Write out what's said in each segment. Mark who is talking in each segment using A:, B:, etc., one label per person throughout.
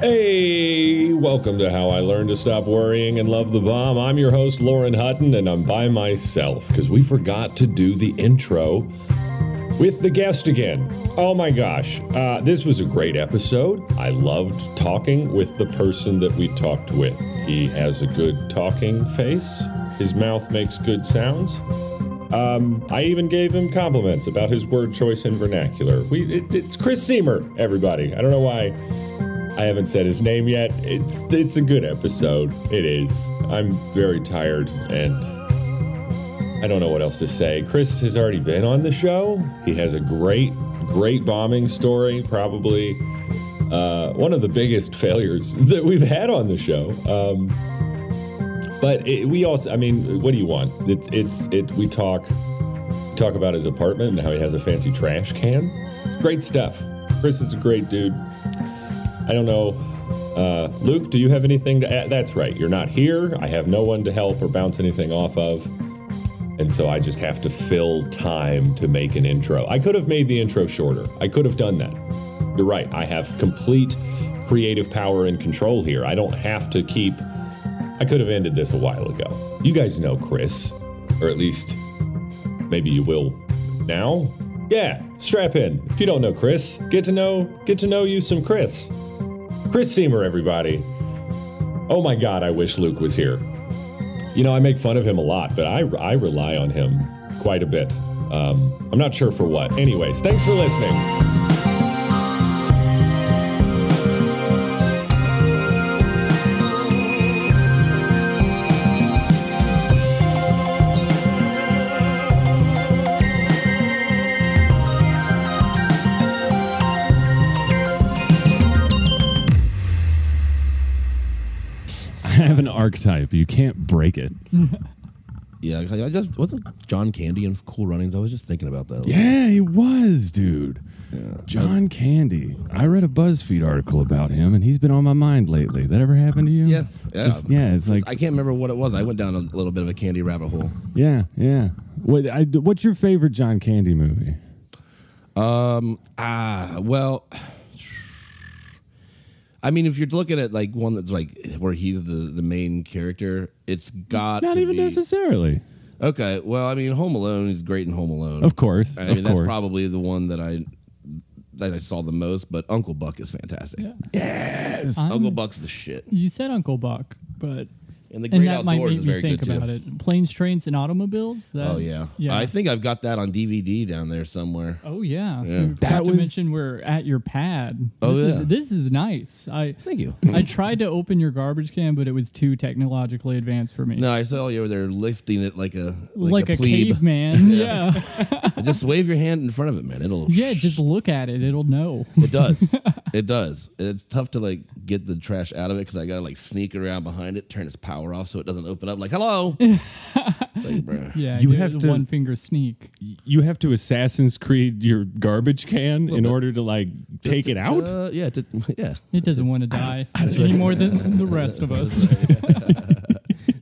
A: Hey, welcome to How I Learned to Stop Worrying and Love the Bomb. I'm your host, Lauren Hutton, and I'm by myself because we forgot to do the intro with the guest again. Oh my gosh, uh, this was a great episode. I loved talking with the person that we talked with. He has a good talking face, his mouth makes good sounds. Um, I even gave him compliments about his word choice and vernacular. We, it, it's Chris Seamer, everybody. I don't know why I haven't said his name yet. It's it's a good episode. It is. I'm very tired and I don't know what else to say. Chris has already been on the show. He has a great, great bombing story. Probably uh, one of the biggest failures that we've had on the show. Um, but it, we also, I mean, what do you want? It's it's it. We talk talk about his apartment and how he has a fancy trash can. Great stuff. Chris is a great dude. I don't know. Uh, Luke, do you have anything to add? That's right. You're not here. I have no one to help or bounce anything off of. And so I just have to fill time to make an intro. I could have made the intro shorter. I could have done that. You're right. I have complete creative power and control here. I don't have to keep. I could have ended this a while ago. You guys know Chris, or at least maybe you will now. Yeah, strap in. If you don't know Chris, get to know get to know you some Chris. Chris Seamer, everybody. Oh my God, I wish Luke was here. You know, I make fun of him a lot, but I, I rely on him quite a bit. Um, I'm not sure for what. Anyways, thanks for listening.
B: I have an archetype. You can't break it.
C: Mm-hmm. Yeah, 'cause I just wasn't John Candy in Cool Runnings. I was just thinking about that.
B: Yeah, he was, dude. John Candy. I read a BuzzFeed article about him, and he's been on my mind lately. That ever happened to you?
C: yeah, yeah.
B: Just- yeah, it's like,
C: I can't remember what it was. I went down a little bit of a candy rabbit hole.
B: yeah, yeah. What, I, what's your favorite John Candy movie?
C: Ah, well, I mean, if you're looking at like one that's like where he's the the main character, it's got
B: Not
C: to
B: even
C: be-
B: necessarily.
C: Okay, well, I mean, Home Alone is great in Home Alone.
B: Of course.
C: I
B: of
C: mean,
B: course.
C: that's probably the one that I that I saw the most. But Uncle Buck is fantastic. Yes, Uncle Buck's the shit.
D: You said Uncle Buck, but
C: And the Great
D: and that might
C: Outdoors
D: make
C: is
D: me
C: very
D: think
C: good
D: about
C: too.
D: it. Planes, trains, and automobiles. That,
C: Oh yeah.
D: yeah.
C: I think I've got that on DVD down there somewhere.
D: oh yeah. So we forgot
B: That
D: to
B: was-
D: mention we're at your pad.
C: Oh,
D: this
C: yeah.
D: Is, this is nice. I
C: Thank you.
D: I tried to open your garbage can, but it was too technologically advanced for me.
C: No, I saw you over there lifting it like a like,
D: like, a,
C: plebe.
D: caveman. yeah.
C: Just wave your hand in front of it, man. It'll
D: yeah. Just look at it. It'll know.
C: it does. it does. It's tough to like get the trash out of it because I gotta like sneak around behind it, turn its power off so it doesn't open up. Like hello. it's like, bruh.
D: Yeah.
B: You
D: give
B: have
D: it a
B: to-
D: one finger sneak.
B: you have to Assassin's Creed your garbage can in
C: bit.
B: order to like take
C: Just
B: it
C: to-
B: out.
C: uh, yeah, to, yeah.
D: It doesn't want to die any more than the rest of us.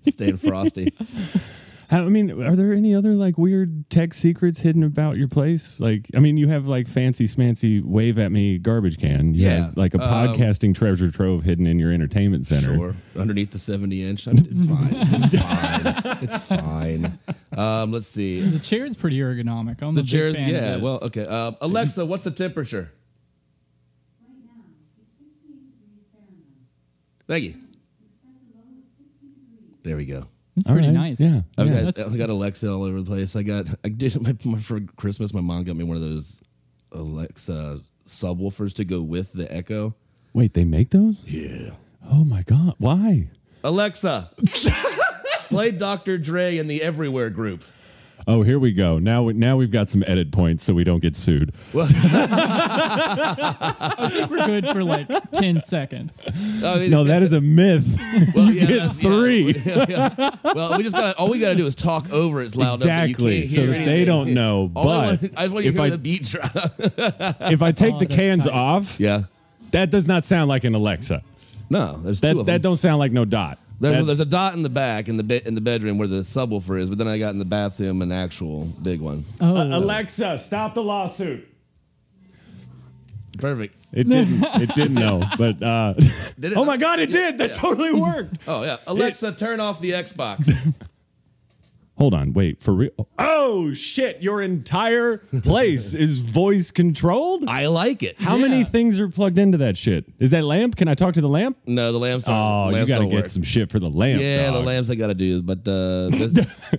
C: Staying frosty.
B: I mean, are there any other like weird tech secrets hidden about your place? Like, I mean, you have like fancy smancy wave at me garbage can. You
C: Yeah.
B: have like a
C: Um,
B: podcasting treasure trove hidden in your entertainment center.
C: Sure. Underneath the 70 inch. I'm- It's fine. It's fine. It's fine. Um, let's see.
D: The chair is pretty ergonomic. I'm
C: The
D: a big
C: chairs,
D: fan of
C: yeah.
D: this.
C: Well, okay. Um, Alexa, what's the temperature?
E: Right now, it's 68 degrees Fahrenheit.
C: Thank you.
E: Expect a low of 60 degrees.
C: There we go.
D: it's
B: All
D: pretty
B: right,
D: nice.
B: yeah.
C: I've
D: Yeah,
C: got
D: that's-
C: I got Alexa all over the place. I got I did my, my for Christmas. My mom got me one of those Alexa subwoofers to go with the Echo.
B: Wait, they make those?
C: Yeah.
B: Oh my god, why?
C: Alexa, play Dr. Dre in the Everywhere group.
B: Oh, here we go. Now, we- now we've got some edit points, so we don't get sued.
D: we're good for like 10 seconds.
C: I mean,
B: No, that is a myth.
C: well, yeah,
B: get
C: that's- yeah.
B: three.
C: well, we just got to all we got to do is talk over it loud
B: Exactly,
C: Enough
B: so
C: that you can't hear
B: that they don't
C: anything.
B: know.
C: All I,
B: But
C: want, I just want you to
B: if
C: hear
B: I
C: the beat drop.
B: if I take
D: Oh,
B: the
D: that's
B: cans
D: tight.
B: off,
C: yeah.
B: that does not sound like an Alexa.
C: No, there's two
B: That
C: of them.
B: that don't sound like no dot.
C: There's,
B: That's-
C: there's a dot in the back in the be- in the bedroom where the subwoofer is, but then I got in the bathroom an
B: Uh,
C: actual big one.
D: Oh,
B: Alexa, stop the lawsuit.
C: Perfect.
B: It didn't. It didn't know. But uh,
C: Did it
B: oh
C: not?
B: my god, it
C: Yeah,
B: did! That
C: yeah.
B: totally worked.
C: Oh yeah, Alexa, turn off the Xbox.
B: Hold on, wait for real. Oh shit! Your entire place is voice controlled.
C: I like it.
B: How many
D: Yeah.
B: things are plugged into that shit? Is that lamp? Can I talk to the lamp?
C: No, the lambs. Don't,
B: Oh,
C: lambs
B: you gotta
C: don't
B: get
C: work.
B: some shit for the lamp.
C: Yeah, the
B: dog.
C: lambs I gotta do, but uh, that's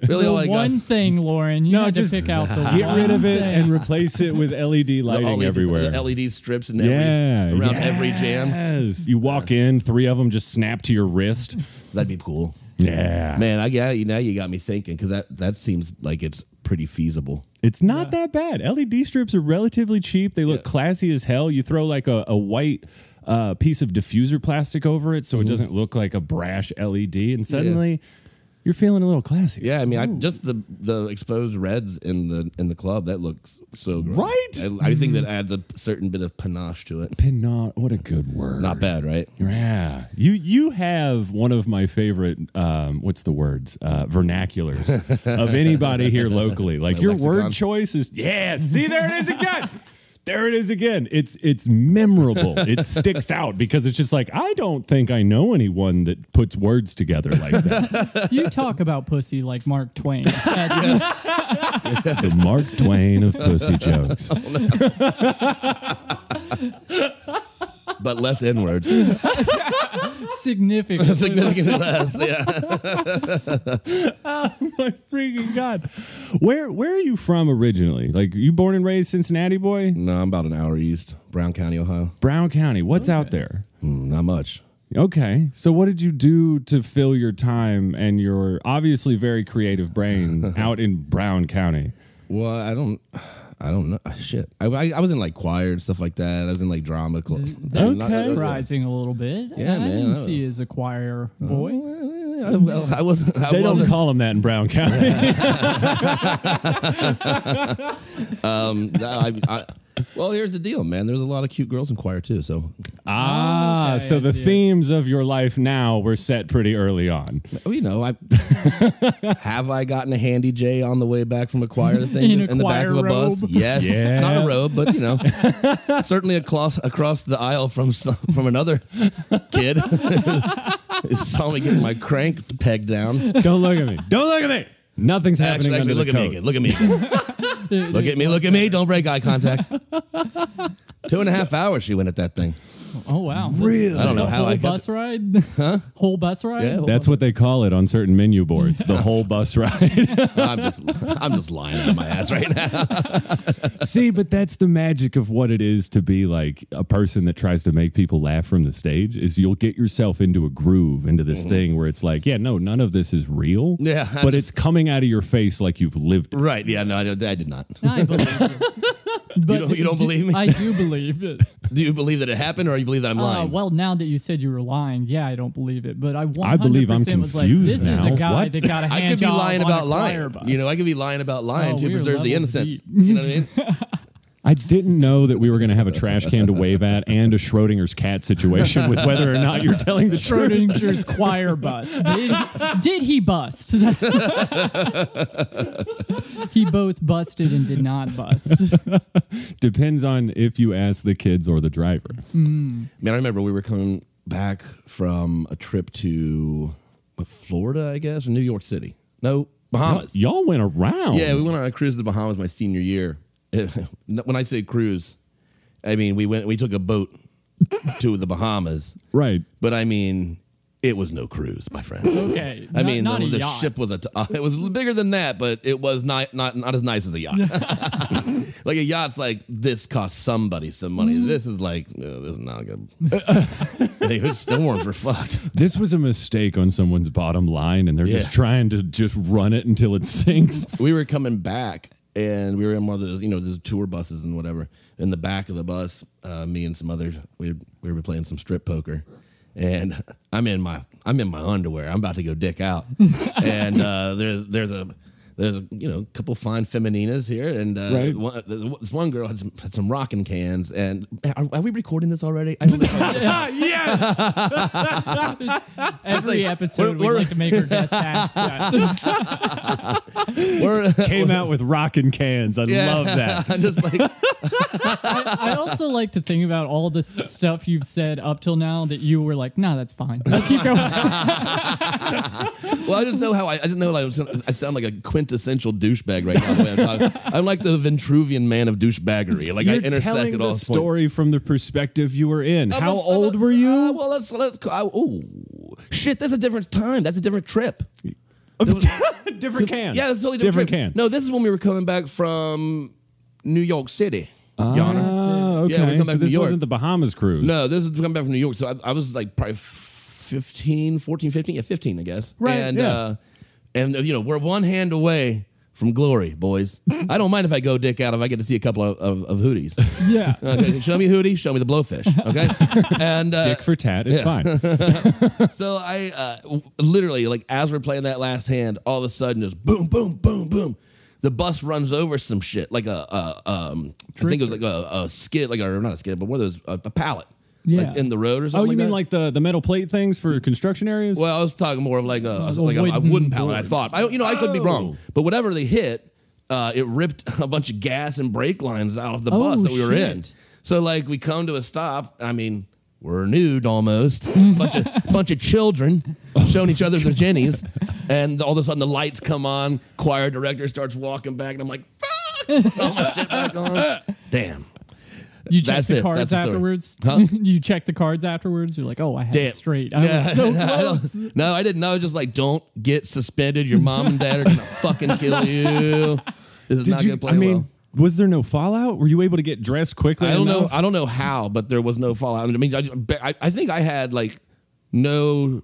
C: really uh,
D: The
C: all I got.
D: one thing, Lauren, you
B: No,
D: had
B: just
D: to pick out the
B: Get
D: one
B: rid of it
D: thing.
B: and replace it with LED
C: The
B: lighting
C: LED
B: everywhere.
C: the LED strips and
B: yeah,
C: every, around every jam.
B: Yes. You walk in, three of them just snap to your wrist.
C: That'd be cool.
B: Yeah,
C: Man, I got you now. You got me thinking because that that seems like it's pretty feasible.
B: It's not that bad. LED strips are relatively cheap. They look classy as hell. You throw like a, a white uh, piece of diffuser plastic over it so
C: Mm-hmm.
B: it doesn't look like a brash LED, and suddenly you're feeling a little classy.
C: Yeah, I mean,
B: Hmm.
C: I, just the the exposed reds in the in the club that looks so great.
B: Right? Hmm.
C: I, I think that adds a certain bit of panache to it.
B: Pinot, what a good word.
C: Not bad, right?
B: Yeah, you you have one of my favorite um, what's the words uh, vernaculars of anybody here locally. Like
C: My
B: your
C: lexicon.
B: word choice is yeah. See there it is again. There it is again. It's it's memorable. It sticks out because it's just like I don't think I know anyone that puts words together like that.
D: You talk about pussy like Mark Twain. That's-
B: the Mark Twain of pussy jokes.
C: But less N words,
D: significant.
C: significantly less. Yeah.
B: my freaking god. Where where are you from originally? Like you born and raised Cincinnati boy?
C: No, I'm about an hour east, Brown County, Ohio.
B: Brown County. What's out there?
C: Mm, not much.
B: Okay. So what did you do to fill your time and your obviously very creative brain out in Brown County?
C: Well, I don't, I don't know. Shit, I, I, I was in like choir and stuff like that. I was in like drama club.
B: Mm, Okay.
D: Surprising a little bit.
C: Yeah,
D: I
C: man,
D: didn't
C: I- Oh.
D: see you as a choir boy.
C: I, well, I wasn't. I
B: They don't
C: wasn't.
B: call them that in Brown County.
C: um, no, I, I, well, here's the deal, man. There's a lot of cute girls in choir too. So,
B: ah,
D: Oh, Okay,
B: so
D: I
B: the
D: see it.
B: themes of your life now were set pretty early on.
C: you know, I have I gotten a handy J on the way back from a choir thing
D: In a
C: the back
D: choir
C: of a bus.
D: robe.
C: Yes,
B: Yeah.
C: not a robe, but you know, certainly across across the aisle from some, from another kid. saw me getting my crank peg down.
B: Don't look at me. Don't look at me. Nothing's happening
C: Actually, actually,
B: under
C: look
B: the
C: at me
B: coat.
C: again. Look at me again. Look at me, look at me. Don't break eye contact. Two and a half hours she went at that thing.
D: Oh wow! Really?
C: I don't know how
D: whole
C: I got
D: bus ride. Huh? Whole bus ride.
C: Yeah,
B: That's what they call it on certain menu boards. The whole bus ride.
C: I'm just I'm just lying out of my ass right now.
B: See, but that's the magic of what it is to be like a person that tries to make people laugh from the stage is you'll get yourself into a groove, into this thing where it's like, yeah, no, none of this is real.
C: Mm-hmm. Yeah, I
B: But it's coming out of your face like you've lived it.
C: Right? Yeah. No, I, did- I did not.
D: I believe you. But
C: don't- you don't
D: d-
C: believe me?
D: I do believe it.
C: Do you believe that it happened, or you believe that I'm
D: Uh,
C: lying?
D: well, now that you said you were lying, yeah, I don't believe it. But I 100%
B: believe I'm
D: was like,
B: confused
D: this is a
B: now.
D: guy
B: What?
D: that got a hand
C: I could be
D: job
C: lying
D: on
C: about
D: a choir
C: lying.
D: Bus.
C: You know, I could be lying about lying
D: Oh,
C: to
D: we are
C: preserve the
D: levels
C: innocence.
D: deep.
C: You know what I mean?
B: I didn't know that we were going to have a trash can to wave at and a Schrodinger's cat situation with whether or not you're telling the truth.
D: Schrodinger's choir bust. Did, did he bust? he both busted and did not bust.
B: Depends on if you ask the kids or the driver.
C: Man, I remember we were coming back from a trip to what, Florida, I guess, or New York City. No, Bahamas.
B: Y'all went around.
C: Yeah, we went on a cruise to the Bahamas my senior year. when I say cruise, I mean we went we took a boat to the Bahamas.
B: Right.
C: But I mean it was no cruise, my friend.
D: Okay,
C: I
D: not-
C: mean
D: not
C: the,
D: a
C: the
D: yacht.
C: ship was a t- it was bigger than that, but it was not not not as nice as a yacht. like a yacht's like this cost somebody some money.
D: Mm.
C: This is like uh, this is not good. they were storms were fucked.
B: This was a mistake on someone's bottom line, and they're
C: Yeah.
B: just trying to just run it until it sinks.
C: we were coming back and we were in one of those, you know, those tour buses and whatever. In the back of the bus, uh, me and some others, we we were playing some strip poker, and I'm in my I'm in my underwear. I'm about to go dick out, and uh, there's there's a There's you know a couple fine femininas here, and uh,
B: Right.
C: one, this one girl had some, had some rocking cans. And are, are we recording this already? I don't know.
B: yes.
D: Every
C: like,
D: episode, we
C: we're-
D: like to make our guests ask that.
C: We're-
B: Came out with rockin' cans. I
C: Yeah.
B: love that.
C: I'm just like
D: I also like to think about all the s- stuff you've said up till now that you were like, nah, that's fine. We'll keep going.
C: Well, I just know how I, I just know like I sound like a quintessential douchebag right now. The way I'm, talking. I'm like the Vitruvian man of douchebaggery. Like I
B: You're
C: intersect
B: telling
C: at
B: the
C: all points.
B: story from the perspective you were in.
C: I'm
B: How
C: a- I'm a-
B: old were
C: Uh,
B: you?
C: well, let's let's. Oh, shit! That's a different time. That's a different trip. That was-
B: different cans.
C: yeah, that's a totally
B: different
C: different, trip.
B: cans.
C: No, this is when we were coming back from New York City. Yana.
B: Ah, okay.
C: Yeah, we come back
B: so
C: to
B: this
C: New York.
B: wasn't the Bahamas cruise.
C: No, this is coming back from New York. So I, I was like probably 15, 14, 15. Yeah, 15, I guess.
B: Right,
C: And,
B: yeah.
C: uh, and you know, we're one hand away from glory, boys. I don't mind if I go dick out if I get to see a couple of, of, of hooties.
D: yeah.
C: Okay, show me hootie, show me the blowfish. Okay. And, uh,
B: Dick for tat. It's
C: yeah.
B: fine.
C: so I uh, w- literally, like, as we're playing that last hand, all of a sudden, just boom, boom, boom, boom. The bus runs over some shit, like a, a um, I think it was like a, a skid, like a not a skid, but one of those a, a pallet,
D: Yeah.
C: like in the road or something.
B: Oh, you mean
C: that. Mm.
B: like the, the metal plate things for construction areas?
C: Well, I was talking more of like a, like a, a
D: wooden
C: wooden pallet. I
D: board.
C: thought I don't, you know, I could be
B: Oh.
C: wrong, but whatever they hit, uh, it ripped a bunch of gas and brake lines out of the bus that we were in.
D: shit.
C: So like we come to a stop. I mean, we're nude almost, bunch of bunch of children showing each other their jennies, and all of a sudden the lights come on. Choir director starts walking back, and I'm like, "Fuck!" Throw my shit back on. Damn.
D: You check
C: That's
D: the
C: it. That's
D: cards
C: the story.
D: afterwards.
C: Huh?
D: you check the cards afterwards. You're like, oh, I had
C: Damn.
D: it straight. I was so
C: I don't-
D: close.
C: no, I didn't. I was just like, don't get suspended. Your mom and dad are gonna fucking kill you. This is
B: Did
C: not
B: you?
C: gonna play
B: I mean,
C: well.
B: was there no fallout? Were you able to get dressed quickly?
C: I don't know.
B: enough?
C: I don't know how, but there was no fallout. I mean, I, I, I think I had like no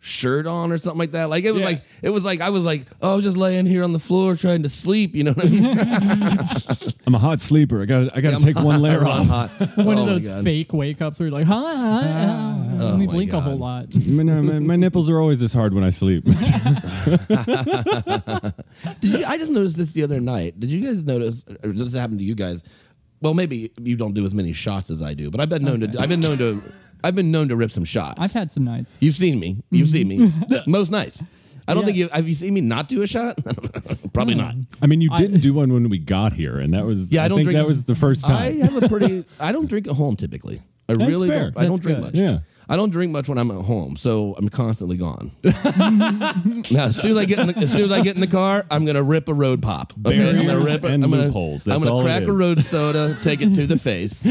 C: shirt on or something like that. Like it was
B: Yeah.
C: like it was like I was like, oh, I was just laying here on the floor trying to sleep. You know what I mean?
B: I'm a hot sleeper. I got. to I got to take one layer
C: I'm
B: off.
C: hot.
D: One
C: Oh my
D: of those
C: God.
D: fake wake ups where you're like, huh? huh, huh."
C: Oh
D: we
C: my
D: blink a whole
C: God.
D: lot.
B: My, my- my nipples are always this hard when I sleep.
C: Did you, I just noticed this the other night. Did you guys notice? Or does this happen to you guys? Well, maybe you don't do as many shots as I do, but I've been known to. I've been known to. I've been known to rip some shots.
D: I've had some nights.
C: You've seen me. You've seen me. Most nights. I don't
D: Yeah.
C: think you have you seen me not do a shot. Hmm. Probably not.
B: I mean, you
D: I-
B: didn't do one when we got here, and that was.
C: Yeah, I don't
B: think
C: drink-
B: that was the first
C: I
B: time.
C: have a pretty. I don't drink at home typically. I really
B: fair.
C: don't. I don't
D: That's
C: drink
D: good.
C: much.
B: Yeah.
C: I don't drink much when I'm at home, so I'm constantly gone. now, as soon as I get in the, as soon as I get in the car, I'm gonna rip a road pop. I'm gonna
B: Barriers
C: rip. a-
B: and
C: I'm gonna,
B: loopholes.
C: I'm
B: That's
C: gonna
B: all it
C: crack
B: is.
C: a road soda, take it to the face.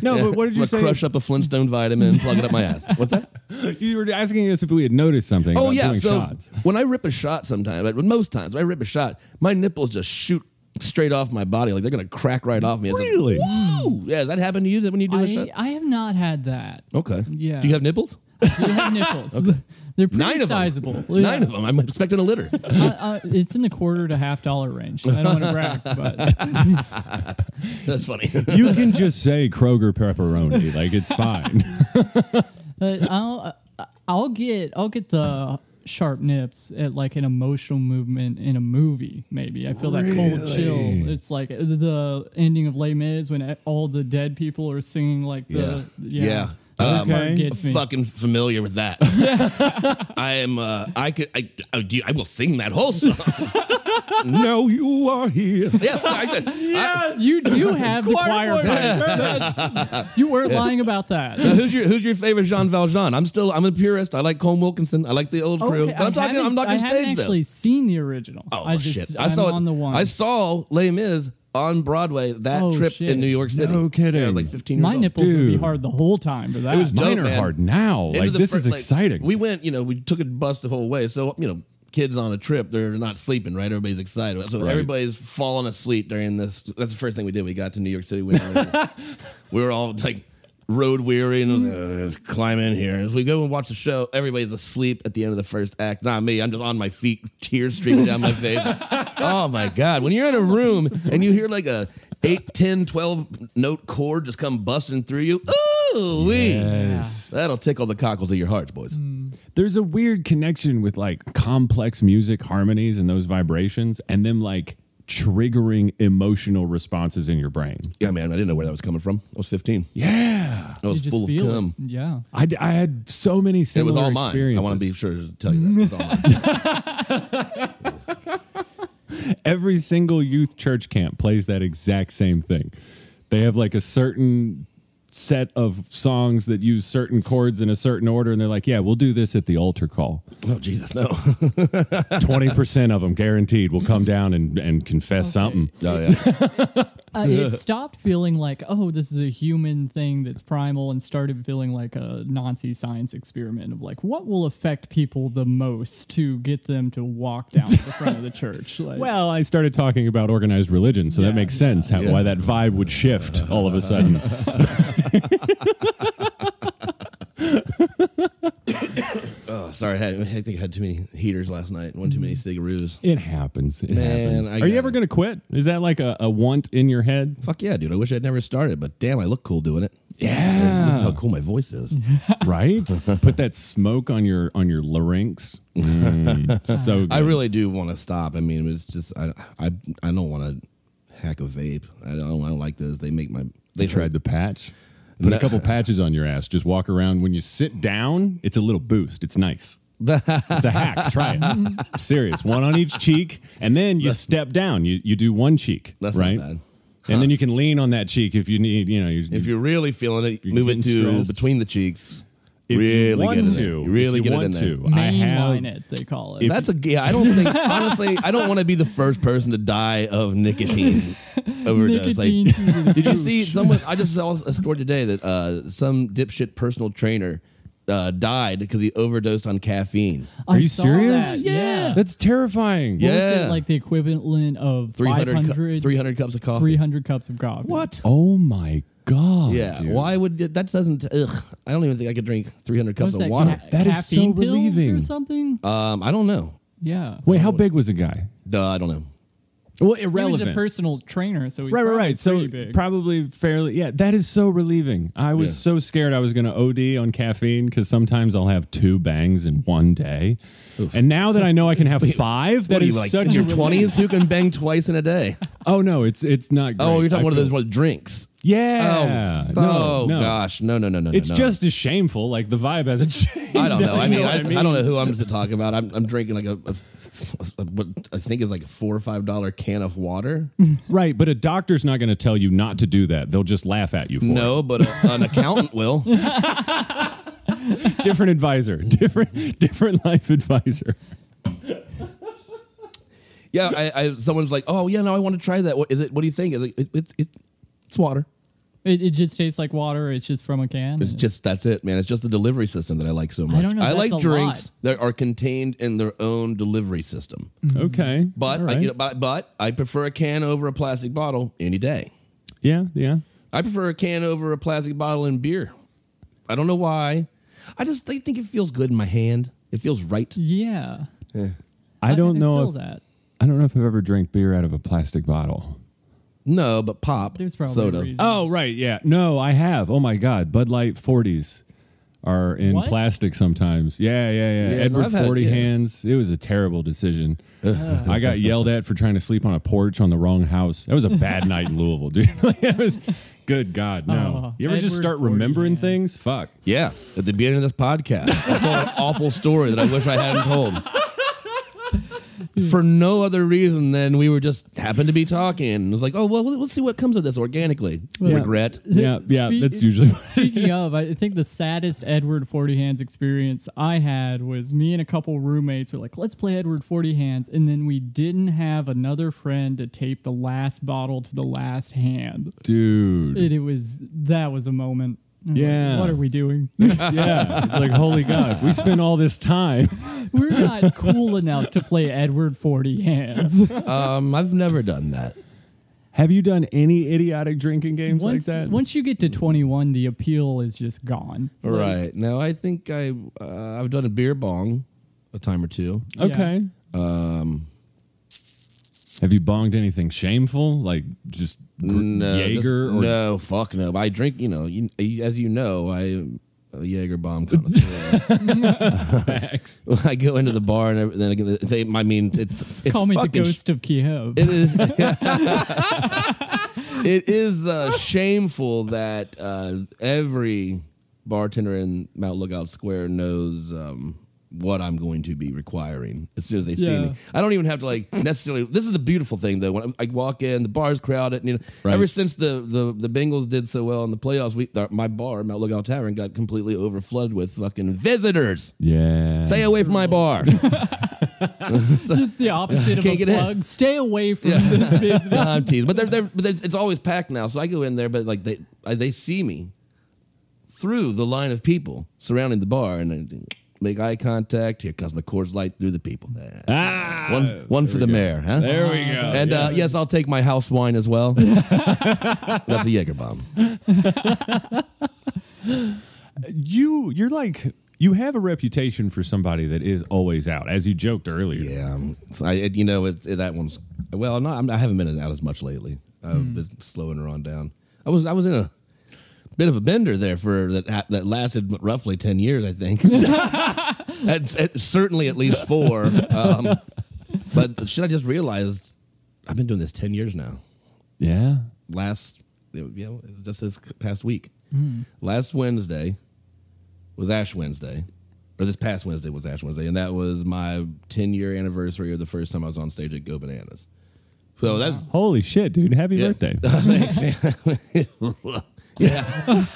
B: no, but what did you
C: I'm gonna
B: say?
C: Crush up a Flintstone vitamin, plug it up my ass. What's that?
B: You were asking us if we had noticed something.
C: Oh
B: about
C: yeah,
B: doing
C: so
B: shots.
C: when I rip a shot, sometimes, like, most times, when I rip a shot, my nipples just shoot straight off my body, like they're gonna crack right off me. It's just,
B: Really?
C: Whoa! Yeah, does that happen to you when you do a shot?
D: I, I have not had that.
C: Okay.
D: Yeah.
C: Do you have nipples?
D: Do you have nipples? They're pretty
C: Nine of 'em.
D: sizable.
C: Nine of them. I'm expecting a litter.
D: Uh, uh, it's in the quarter to half dollar range. I don't want to brag, but
C: That's funny.
B: you can just say Kroger pepperoni, like it's fine.
D: but I'll uh, I'll get I'll get the sharp nips at like an emotional movement in a movie. Maybe I feel that cold chill. It's like uh, the ending of Les Mis when e, all the dead people are singing like the yeah.
C: Yeah.
D: That
C: Um,
D: part
B: Okay.
D: gets me.
C: Fucking familiar with that. I am. Uh, I could. I. I, do, I will sing that whole song.
B: no, you are here.
C: yes, I could. I-
D: You do have the
B: Choir
D: choir
B: boy.
D: voice. That's- You weren't lying about that.
C: Now, who's your Who's your favorite Jean Valjean? I'm still. I'm a purist. I like Cole Wilkinson. I like the old crew.
D: Oh, Okay,
C: but I'm talking.
D: haven't-
C: I'm not
D: I
C: going
D: haven't
C: stage though.
D: actually seen the original.
C: Oh
D: I
C: shit!
D: just,
C: I saw
D: I'm
C: it
D: on the one.
C: I saw Les Mis on Broadway that
D: Oh,
C: trip
D: shit.
C: in New York City.
B: No
C: Yeah, I
B: kidding.
C: was like 15 years
D: My
C: old.
D: nipples would be
B: Dude.
D: hard the whole time for that.
C: was dope,
B: Mine are
C: man.
B: hard now.
C: Into
B: like
C: the
B: this
C: fir-
B: is
C: like,
B: exciting.
C: we went, you know, we took a bus the whole way. So, you know, kids on a trip, they're not sleeping, right? Everybody's excited. So
B: Right.
C: everybody's falling asleep during this. That's the first thing we did. We got to New York City. We, we were all like road weary and I was like, "Ugh, let's climb in here. As we go and watch the show, everybody's asleep at the end of the first act. Not me. I'm just on my feet, tears streaming down my face. oh my God. When you're in a room and you hear like a 8, 10, 12 note chord just come busting through you, ooh, Ooh,
B: Yes.
C: That'll tickle the cockles of your hearts, boys.
B: There's a weird connection with like complex music harmonies and those vibrations and them like triggering emotional responses in your brain.
C: Yeah, man, I didn't know where that was coming from. I was 15.
B: Yeah.
C: I was
D: You just
C: full of
D: feel it.
C: cum.
D: Yeah.
B: I, d- I had so many
C: It
B: similar
C: was all mine. I
B: experiences.
C: want to be sure to tell you that. It was all mine.
B: Every single youth church camp plays that exact same thing. They have like a certain set of songs that use certain chords in a certain order, and they're like, "Yeah, we'll do this at the altar call."
C: oh, Jesus, no.
B: Twenty percent of them, guaranteed, will come down and, and confess something.
C: Oh, yeah.
D: Uh, it stopped feeling like, oh, this is a human thing that's primal and started feeling like a Nazi science experiment of like, what will affect people the most to get them to walk down to the front of the church? Like,
B: Well, I started talking about organized religion, so
D: Yeah,
B: that makes sense how,
C: yeah.
B: why that vibe would shift all of a sudden.
C: Oh, sorry. I, had, I think I had too many heaters last night. One too many
B: Mm-hmm.
C: cigaroos.
B: it happens. It
C: Man,
B: happens.
C: I
B: Are you
C: got
B: ever
C: it.
B: going to quit? Is that like a, a want in your head?
C: Fuck yeah, dude. I wish I'd never started, but damn, I look cool doing it.
B: Yeah.
C: Listen how cool my voice is.
B: right? Put that smoke on your on your larynx. Mm, so good.
C: I really do want to stop. I mean, it's just I I, I don't want to hack a vape. I don't I don't like those. They make my they
B: they tried the patch. Put a couple patches on your ass. Just walk around. When you sit down, it's a little boost. It's nice. it's a hack. Try it. I'm serious. One on each cheek, and then you step down. You you do one cheek.
C: That's not
B: right.
C: bad.
B: And then you can lean on that cheek if you need. You know. You,
C: If you're really feeling it,
B: You're
C: move it
B: getting
C: to
B: stressed.
C: between the cheeks.
B: if
C: really
B: you want
C: get in
B: to.
C: there. You really
B: if you
C: get it
B: want
C: in there.
B: to. I have.
D: mainline it, they call it.
C: That's a yeah. I don't think honestly. I don't want to be the first person to die of nicotine overdose.
D: Nicotine
C: Like,
D: to the
C: did you see
D: gooch.
C: someone? I just saw a story today that uh, some dipshit personal trainer uh, died because he overdosed on caffeine.
B: Are
D: I
B: you
D: saw
B: serious?
D: that,
C: Yeah.
D: Yeah.
B: That's terrifying.
C: Yeah.
D: What was it, like the equivalent of
C: 300,
D: 500,
C: cu- 300 cups of coffee.
D: 300 cups of coffee.
C: What?
B: Oh my god.
C: Yeah.
B: dude.
C: Why would that doesn't? Ugh. I don't even think I could drink 300
D: What's
C: cups of
D: that?
C: water.
D: Ca-
B: That is so
D: caffeine pills
B: relieving.
D: or something?
C: um, I don't know.
D: yeah.
B: Wait, how big was the guy?
C: Duh, I don't know.
B: Well,
D: He was
B: irrelevant.
D: a personal trainer, so he's
B: right, right,
D: probably
B: right. So
D: pretty big.
B: probably fairly. Yeah, that is so relieving. I was
C: Yeah.
B: so scared I was going to OD on caffeine because sometimes I'll have two bangs in one day, and now that I know I can have five,
C: What
B: that
C: are you,
B: is
C: like, in
B: such a
C: your
B: relief.
C: 20s? Who can bang twice in a day?
B: Oh no, it's it's not. Great.
C: Oh, you're
B: I
C: talking one of those
B: feel-
C: what, drinks.
B: Yeah.
C: Oh,
B: No,
C: oh
B: no.
C: gosh, no, no, no, no.
B: It's
C: no.
B: just as shameful. Like the vibe hasn't changed.
C: I don't know. I mean,
B: what
C: I, I don't know who I'm to talk about. I'm, I'm drinking like a, a- a- what I think is like a four or five dollar can of water.
B: Right, but a doctor's not going to tell you not to do that. They'll just laugh at you for it.
C: no, but a, an accountant will.
B: different advisor, different different life advisor.
C: Yeah, I, I someone's like, oh yeah, no, I want to try that. What is it? What do you think? It's like it, it's it's it's water.
D: It, it just tastes like water. It's just from a can.
C: It's just that's it, man. It's just the delivery system that I like so much.
D: don't know, that's
C: like
D: a
C: drinks
D: lot.
C: that are contained in their own delivery system.
B: Okay,
C: Mm-hmm. But
B: All
C: I, you
B: right.
C: know, but, but I prefer a can over a plastic bottle any day.
B: Yeah, yeah.
C: I prefer a can over a plastic bottle in beer. I don't know why. I just I think it feels good in my hand. It feels right.
D: yeah.
B: I don't
D: can
B: know
D: feel
B: if
D: that.
B: I don't know if I've ever drank beer out of a plastic bottle.
C: No, but pop
D: There's probably
C: soda.
D: a reason.
B: Oh right, yeah. No, I have. Oh my god, Bud Light forties are in
D: What?
B: plastic sometimes. Yeah, yeah, yeah.
C: Yeah, no,
B: Edward
C: I've had-
B: Forty
C: yeah.
B: Hands. It was a terrible decision. I got yelled at for trying to sleep on a porch on the wrong house. That was a bad night in Louisville, dude. Like, it was. Good God, no!
D: Oh,
B: you ever just
D: Edward
B: start
D: 40
B: remembering
D: Hands.
B: things? Fuck.
C: Yeah, at the beginning of this podcast, I told an awful story that I wish I hadn't told. For no other reason than we were just happened to be talking. It was like, oh well, let's see what comes of this organically. Regret.
B: Yeah, yeah.
D: Spe-
B: that's usually.
D: Speaking of, I think the saddest Edward Forty Hands experience I had was me and a couple roommates were like, let's play Edward Forty Hands. And then we didn't have another friend to tape the last bottle to the last hand.
B: Dude.
D: It, it was, that was a moment. I'm like,
B: Yeah.
D: what are we doing?
B: yeah. It's like, holy God, we spent all this time.
D: We're not cool enough to play Edward Forty Hands.
C: Um, I've never done that.
B: Have you done any idiotic drinking games
D: once,
B: like that?
D: once you get to 21, the appeal is just gone.
C: All right. Now I think I uh, I've done a beer bong a time or two.
B: okay.
C: Um,
B: Have you bonged anything shameful? Like just
C: no, uh, just-
B: Jaeger or-
C: no, fuck no. But I drink, you know, you, as you know, I am a Jaeger bomb connoisseur.
B: Facts.
C: I go into the bar and every- then again, they, I mean, it's, it's
D: Call me the
C: fucking sh-
D: ghost of Kiev.
C: It is. it is uh, shameful that uh, every bartender in Mount Lookout Square knows um, what I'm going to be requiring as soon as they see me.
D: Yeah.
C: I don't even have to like necessarily. This is the beautiful thing though. When I, I walk in, the bar's crowded. And, you know,
B: Right.
C: ever since the, the the Bengals did so well in the playoffs, we the, my bar Mount Lookout Tavern got completely overflooded with fucking visitors.
B: Yeah.
C: Stay away from my bar.
D: Just the opposite of
C: Can't
D: a
C: get in.
D: plug. Stay away from this business.
C: No, I'm teasing, but they're, they're, but it's, it's always packed now. So I go in there, but like they I, they see me through the line of people surrounding the bar, and I make eye contact. Here comes my Coors Light through the people. Ah,
B: Ah,
C: one one for the mayor, huh?
B: there we go.
C: and uh, yes, I'll take my house wine as well. That's a Jaeger bomb.
B: you you're like you have a reputation for somebody that is always out, as you joked earlier.
C: Yeah, um, it's- I, it, you know it, it- that one's well. Not, I'm, I haven't been out as much lately. I've been slowing her on down. I was I was in a bit of a bender there for that ha- that lasted roughly ten years, I think. At- at- certainly at least four. Um, but should I just realized I've been doing this ten years now.
B: Yeah.
C: Last you know, it was just this past week. Last Wednesday was Ash Wednesday, or this past Wednesday was Ash Wednesday, and that was my 10 year anniversary of the first time I was on stage at Go Bananas. So that's
B: Holy shit, dude! Happy
C: yeah.
B: birthday.
C: Thanks. yeah. yeah,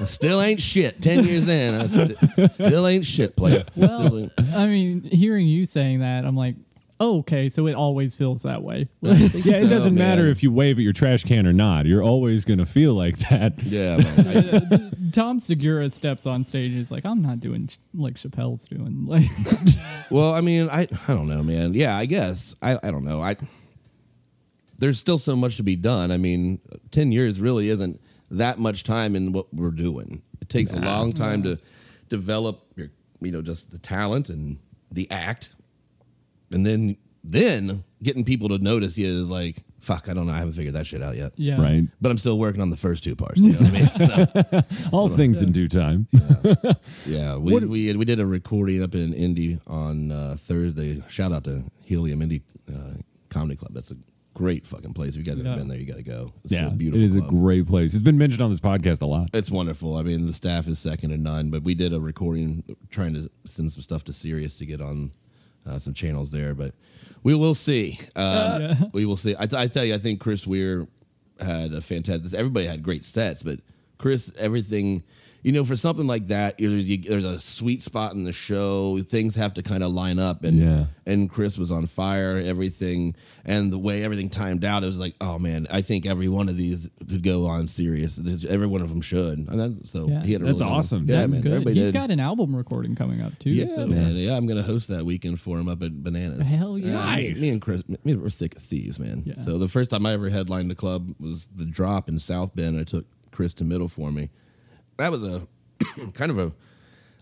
C: I still ain't shit. 10 years in, I st- still ain't shit, player. Still ain't-
D: I mean, hearing you saying that, I'm like, oh, okay, so it always feels that way.
C: I think
B: Yeah, it
C: so,
B: doesn't matter
C: man.
B: if you wave at your trash can or not. You're always gonna feel like that.
C: Yeah, man. I-
D: Tom Segura steps on stage and is like, I'm not doing sh- like Chappelle's doing. Like,
C: Well, I mean, I I don't know, man. Yeah, I guess I I don't know. I there's still so much to be done. I mean, ten years really isn't that much time in what we're doing. It takes a long time to develop your you know just the talent and the act, and then then getting people to notice you is like fuck. I don't know. I haven't figured that shit out yet.
D: yeah.
B: Right.
C: But I'm still working on the first two parts. You know what I mean? So-
B: All things in due time.
C: Yeah, we we we did a recording up in Indy on uh, Thursday. Shout out to Helium Indy uh, Comedy Club. That's a great fucking place. If you guys haven't
D: Yeah.
C: been there, you got to go. It's
B: Yeah,
C: a beautiful.
B: it is
C: club.
B: a great place. It's been mentioned on this podcast a lot.
C: It's wonderful. I mean, the staff is second to none. But we did a recording, trying to send some stuff to Sirius to get on uh, some channels there. But we will see. Uh, We will see. I, I tell you, I think Chris Weir had a fantastic. Everybody had great sets, but Chris, everything. You know, for something like that, you- you- there's a sweet spot in the show. Things have to kind of line up, and
B: Yeah.
C: and Chris was on fire. Everything and the way everything timed out, it was like, oh man, I think every one of these could go on serious. Every one of them should. And that, so
D: Yeah.
C: he had a
B: That's
C: really good-
B: awesome.
C: Yeah,
D: That's
C: man,
D: good.
C: everybody
D: He's
C: did.
D: got an album recording coming up too.
C: yeah,
D: so.
C: man. Yeah, I'm gonna host that weekend for him up at Bananas.
D: Hell yeah.
C: me-
B: Nice.
C: Me, and Chris, me, and we're thick as thieves, man.
D: Yeah.
C: So the first time I ever headlined a club was the Drop in South Bend. I took Chris to middle for me. That was a kind of a.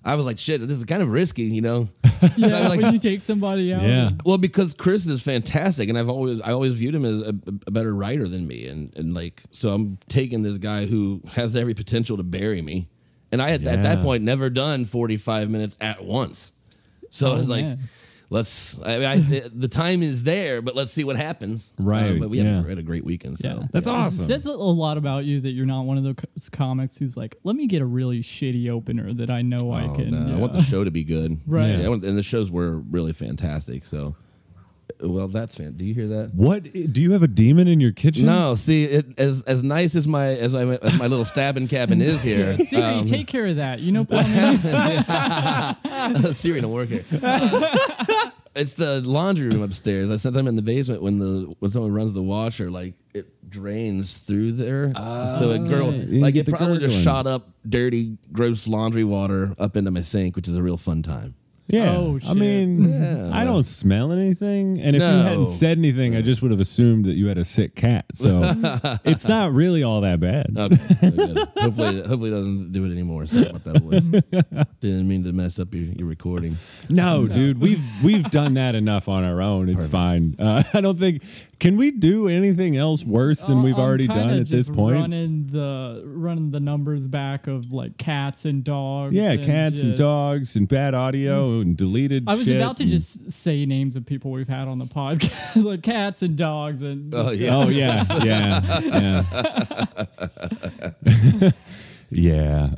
C: I was like, shit, this is kind of risky, you know.
D: Yeah,
C: So I'm like-
D: when you take somebody out.
B: Yeah,
C: well, because Chris is fantastic, and I've always I always viewed him as a, a better writer than me, and and like so I'm taking this guy who has every potential to bury me, and I had at that
B: Yeah.
C: point never done 45 minutes at once, so I was like,
D: man.
C: let's I, I, the- the time is there, but let's see what happens. Uh,
B: Right,
C: but we
B: yeah.
C: had, a, had a great weekend. So.
D: Yeah.
B: That's
D: It
B: awesome.
D: says a lot about you that you're not one of those comics who's like, let me get a really shitty opener that I know I
C: Oh,
D: can.
C: no, I
D: Yeah.
C: want the show to be good,
D: Right.
C: Yeah, I want- and the shows were really fantastic. So, well, that's fan. Do you hear that?
B: What do you have a demon in your kitchen?
C: No, see, it, as as nice as my as, I, as my little stabbing cabin is here,
D: Siri,
C: um,
D: take care of that. You know, plumbing.
C: Siri don't work here. Uh, it's the laundry room upstairs. I sometimes in the basement when the when someone runs the washer, like it drains through there, so it gurgle
B: Oh. You
C: like
B: get
C: it
B: the
C: probably just
B: gurgling.
C: shot up dirty, gross laundry water up into my sink, which is a real fun time.
B: Yeah.
D: Oh,
B: I
D: shit.
B: mean,
C: Yeah.
B: I don't smell anything. And if you
C: No.
B: hadn't said anything, I just would have assumed that you had a sick cat. So it's not really all that bad.
C: Okay, very good. hopefully, hopefully it doesn't do it anymore. Sorry about that voice. Didn't mean to mess up your, your recording.
B: no, dude, we've we've done that enough on our own. It's fine. Uh, I don't think Can we do anything else worse than we've
D: Oh, I'm
B: already
D: kinda
B: done at
D: just
B: this point?
D: Running the running the numbers back of like cats and dogs.
B: Yeah, cats and
D: just-
B: dogs and bad audio and deleted.
D: I was
B: shit
D: about to
B: and-
D: just say names of people we've had on the podcast, like cats and dogs, and
C: Oh yeah.
B: Oh yeah, yeah, yeah. yeah.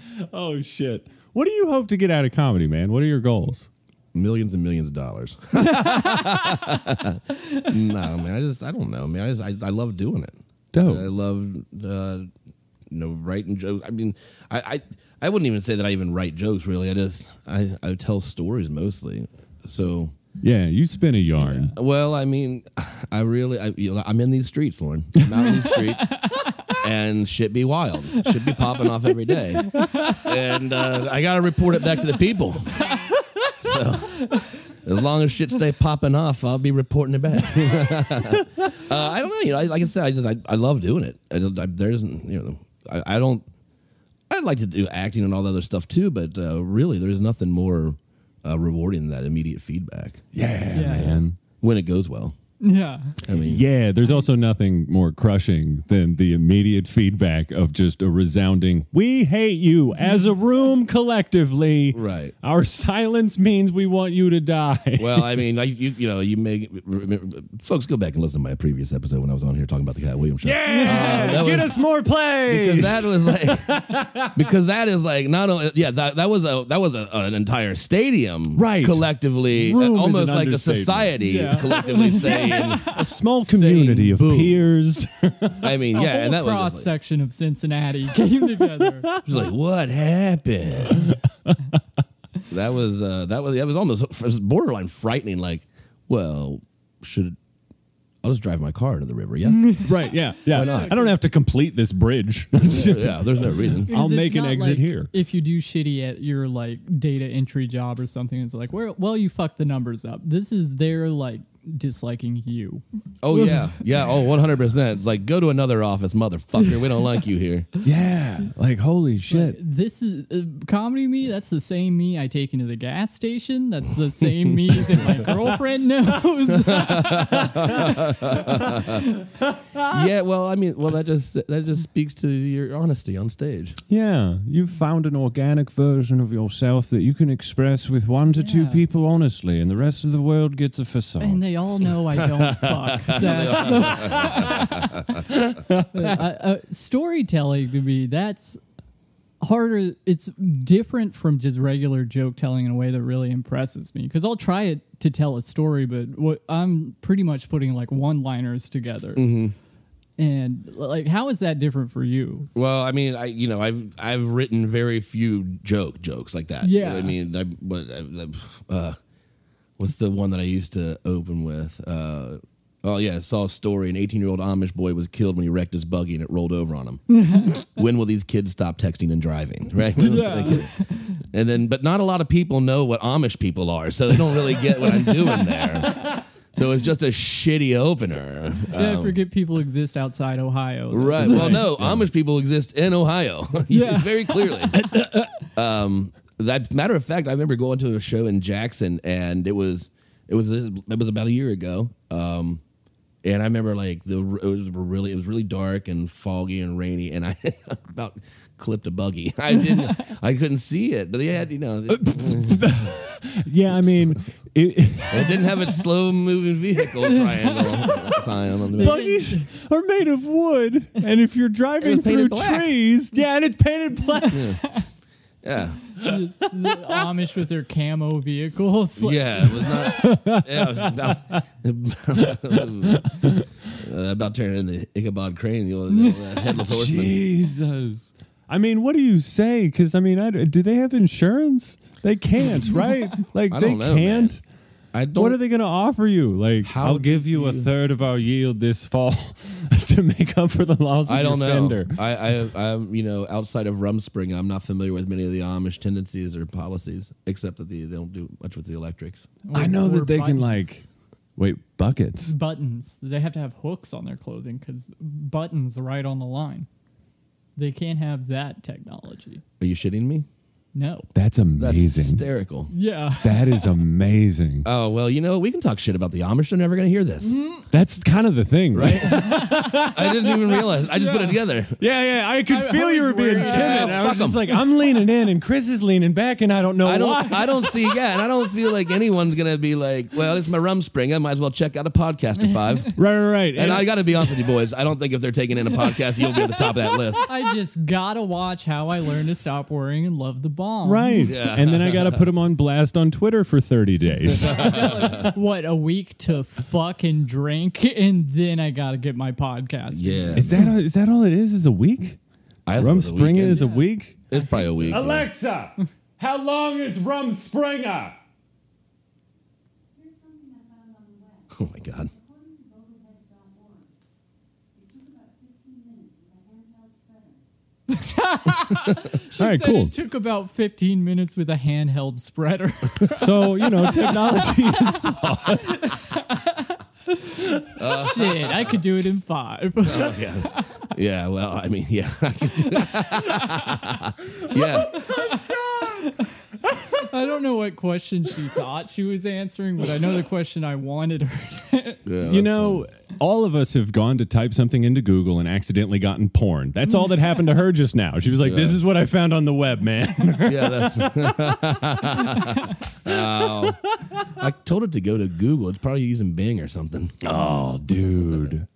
B: oh shit. What do you hope to get out of comedy, man? What are your goals?
C: millions and millions of dollars. no, man, I just I don't know, man. I just I, I love doing it.
B: Dope.
C: I love uh, you know writing jokes. I mean, I, I I wouldn't even say that I even write jokes really. I just I I tell stories mostly. So
B: Yeah, you spin a yarn.
C: well, I mean, I really I you know, I'm in these streets, Lauren. I'm out in these streets. And shit be wild. Should be popping off every day. And uh, I got to report it back to the people. So as long as shit stay popping off, I'll be reporting it back. uh, I don't know. You know, I- like I said, I just I, I love doing it. I, don't- I, there's you know, I, I don't. I'd like to do acting and all the other stuff too, but uh, really, there's nothing more uh, rewarding than that immediate feedback
B: Yeah,
D: Yeah.
B: man.
C: when it goes well.
D: yeah,
C: I mean,
B: Yeah, there's also nothing more crushing than the immediate feedback of just a resounding, we hate you as a room collectively.
C: Right.
B: Our silence means we want you to die.
C: Well, I mean, I, you you know, you may remember, folks go back and listen to my previous episode when I was on here talking about the Cat Williams show.
B: yeah,
C: Uh, that
B: get
C: was-
B: us more plays.
C: Because that was like, because that is like not only yeah that, that was a that was a, an entire stadium
B: Right.
C: collectively
B: Room is
C: almost
B: an
C: like a
B: understatement.
C: society
D: Yeah.
C: collectively saying
B: a small community of
C: boo.
B: peers.
C: I mean
D: a
C: yeah
D: whole
C: and that
D: cross
C: was just like,
D: section of Cincinnati came together.
C: just like what happened that was uh, that was that was almost it was borderline frightening like well should I'll just drive my car into the river yeah
B: right, yeah. Yeah.
C: not?
B: I don't have to complete this bridge.
C: yeah there's no reason
B: I'll
D: Because it's
B: make an
D: not
B: exit
D: like
B: here.
D: If you do shitty at your like data entry job or something, it's like, where, well, you fucked the numbers up. This is their like disliking you.
C: Oh yeah, yeah. Oh, one hundred percent. It's like go to another office, motherfucker. We don't like you here.
B: yeah. Like holy shit.
D: This is uh, comedy me. That's the same me I take into the gas station. That's the same me that my girlfriend knows.
C: yeah. Well, I mean, well, that just that just speaks to your honesty on stage.
B: Yeah, you've found an organic version of yourself that you can express with one to two
D: Yeah.
B: people honestly, and the rest of the world gets a facade.
D: and they all know I don't fuck. That's the- uh, uh, storytelling to me, that's harder. It's different from just regular joke telling in a way that really impresses me. Because I'll try it to tell a story, but what I'm pretty much putting like one liners together.
B: Mm-hmm.
D: And like, how is that different for you?
C: Well, I mean, I you know, I've I've written very few joke jokes like that. You know what
D: Yeah.
C: I mean, I, but I, I- uh, what's the one that I used to open with? Uh, oh yeah, I saw a story. An eighteen-year-old Amish boy was killed when he wrecked his buggy and it rolled over on him. when will these kids stop texting and driving? Right. Yeah. and then, but not a lot of people know what Amish people are, so they don't really get what I'm doing there. So it's just a shitty opener.
D: yeah, I
C: Um,
D: forget people exist outside Ohio.
C: Right. Well, no, Amish people exist in Ohio.
D: Yeah.
C: Very clearly. um, that matter of fact, I remember going to a show in Jackson, and it was it was it was about a year ago. Um, and I remember like the it was really it was really dark and foggy and rainy, and I about clipped a buggy. I didn't. I couldn't see it, but they had you know they
B: yeah, I mean, it,
C: didn't have a slow moving vehicle triangle sign on the.
B: buggies are made of wood, and if you're driving
C: was
B: through
C: painted black.
B: trees, yeah, and it's painted black.
C: Yeah.
D: The Amish with their camo vehicles. Like,
C: yeah, it was not. yeah, it was about, uh, about turning into Ichabod Crane, the old, the old headless horseman.
B: Jesus. I mean, what do you say? Because I mean, I, do they have insurance? They can't, right? Like
C: I
B: they
C: don't know,
B: can't.
C: I don't.
B: what are they going to offer you? Like,
C: How
B: I'll give you a third of our yield this fall to make up for the loss of
C: I don't
B: your
C: know.
B: fender.
C: I, I, I'm, you know, outside of Rumspring, I'm not familiar with many of the Amish tendencies or policies, except that they, they don't do much with the electrics.
B: I know
D: or
B: that they can like,
D: buttons.
B: wait, buckets.
D: buttons. They have to have hooks on their clothing because buttons are right on the line. They can't have that technology.
C: Are you shitting me?
D: No.
B: That's
C: That's
B: amazing.
C: hysterical.
D: Yeah.
B: that is amazing.
C: Oh well, you know we can talk shit about the Amish. They're never gonna hear this,
B: That's kind of the thing, right?
C: I didn't even realize. I just put it together.
B: Yeah, yeah. I could
D: I
B: feel you were
D: always
B: being
D: worry
B: timid.
D: about
C: that.
B: I was
C: Fuck
B: just
C: 'em.
B: like, I'm leaning in and Chris is leaning back, and I don't know why.
C: I don't. I don't see. Yeah, and I don't feel like anyone's gonna be like, "Well, it's my rum spring. I might as well check out a podcast or five.
B: right, right, right.
C: And I
B: it's-
C: got to be honest with you, boys. I don't think if they're taking in a podcast, you'll be at the top of that list.
D: I just gotta watch how I learned to stop worrying and love the bomb.
B: right. And then I got to put him on blast on Twitter for 30 days.
D: What a week to fucking drink, and then I gotta get my podcast.
C: Yeah,
B: is that is that all it is? Is a week?
C: I thought it
B: Rum
C: was a
B: Springer
C: weekend.
B: is a week.
C: It's probably a week. yeah.
B: Alexa, how long is Rum Springer?
E: Here's something I found on the web.
C: Oh my god.
E: According to vocalheads.org, it took about 15 minutes with a handheld spreader.
B: All right, cool.
D: Said It took about 15 minutes with a handheld spreader.
B: So you know, technology is
D: Shit, I could do it in five.
C: Yeah. Yeah. Well, I mean, yeah. yeah.
D: I don't know what question she thought she was answering, but I know the question I wanted her. To.
B: you know, all of us have gone to type something into Google and accidentally gotten porn. That's all that happened to her just now. She was like, "This is what I found on the web, man."
C: Yeah. That's. Wow. I told it to go to Google. It's probably using Bing or something.
B: oh, dude.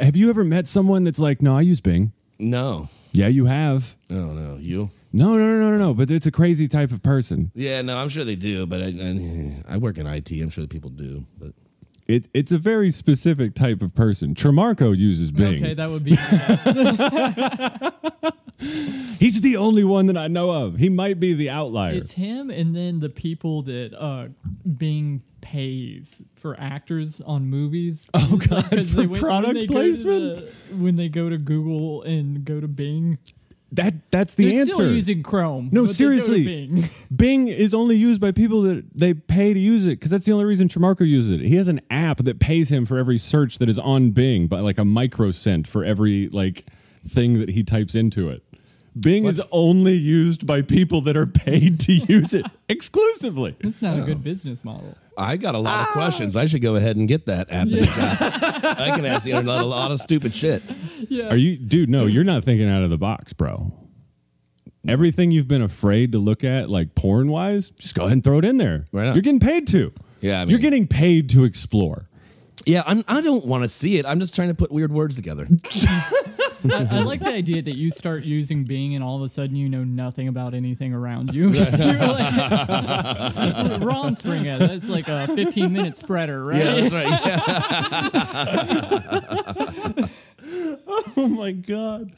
B: Have you ever met someone that's like, "No, I use Bing."
C: No.
B: Yeah, you have.
C: Oh no. You.
B: No, no, no, no, no, no. But it's a crazy type of person.
C: Yeah. No. I'm sure they do, but I, I, I work in IT. I'm sure that people do, but.
B: It, it's a very specific type of person. Tremarco uses Bing.
D: Okay, that would be.
B: He's the only one that I know of. He might be the outlier.
D: It's him, and then the people that uh, Bing pays for actors on movies. Oh
B: God, for product placement?
D: when they go to Google and go to Bing,
B: that that's the
D: they're
B: answer.
D: still using Chrome.
B: No,
D: but they go to
B: seriously.
D: Bing.
B: Bing is only used by people that they pay to use it because that's the only reason Tremarco uses it. He has an app that pays him for every search that is on Bing, but like a microcent for every like thing that he types into it. Bing is only used by people that are paid to use it exclusively.
D: That's not a good business model.
C: I got a lot
B: Oh.
C: of questions. I should go ahead and get that app. that they got. I can ask the internet a lot of stupid shit.
B: Are you, dude? No, you're not thinking out of the box, bro. Everything you've been afraid to look at, like porn wise, just go ahead and throw it in there.
C: Why not?
B: You're getting paid to.
C: Yeah, I mean-
B: you're getting paid to explore.
C: Yeah, I'm, I don't want to see it. I'm just trying to put weird words together.
D: I,
B: Mm-hmm.
D: I like the idea that you start using Bing and all of a sudden you know nothing about anything around you. You're like, wrong spring at it. It's like a 15 minute spreader, right?
C: Yeah, that's right. Yeah.
B: Oh my god.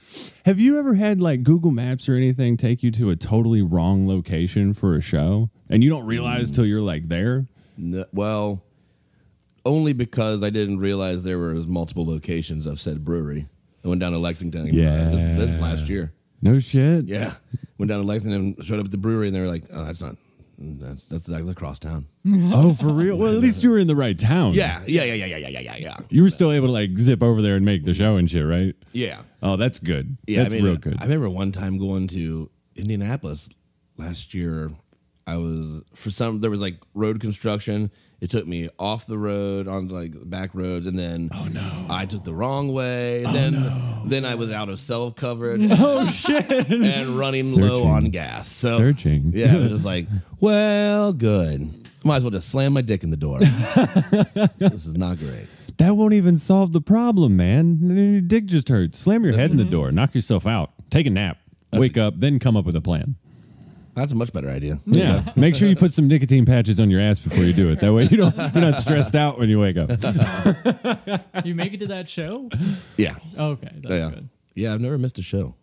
B: Have you ever had like Google Maps or anything take you to a totally wrong location for a show and you don't realize till you're like there?
C: No, well, only because I didn't realize there was multiple locations of said brewery. I went down to Lexington. uh, this, this last year.
B: No shit.
C: Yeah, went down to Lexington, showed up at the brewery, and they were like, "Oh, that's not. That's that's across town."
B: Oh, for real? Well, at least you were in the right town.
C: Yeah, yeah, yeah, yeah, yeah, yeah, yeah, yeah,
B: You were still able to like zip over there and make the show and shit, right?
C: yeah.
B: Oh, that's good.
C: Yeah,
B: that's
C: I mean,
B: real good.
C: I remember one time going to Indianapolis last year. I was for some there was like road construction. It took me off the road on like back roads, and then oh no, I took the wrong way. then then I was out of cell coverage
B: oh shit.
C: and running low
B: Searching.
C: on gas. So
B: Searching.
C: yeah, it was just like, well, good. Might as well just slam my dick in the door. this is not great.
B: That won't even solve the problem, man. Your dick just hurts. Slam your head in the door. Knock yourself out. Take a nap. Wake up, then come up with a plan.
C: That's a much better idea.
B: Yeah. Make sure you put some nicotine patches on your ass before you do it. That way you don't you're not stressed out when you wake up.
D: You make it to that show?
C: Yeah,
D: Okay, that's
C: yeah,
D: good.
C: yeah. I've never missed a show.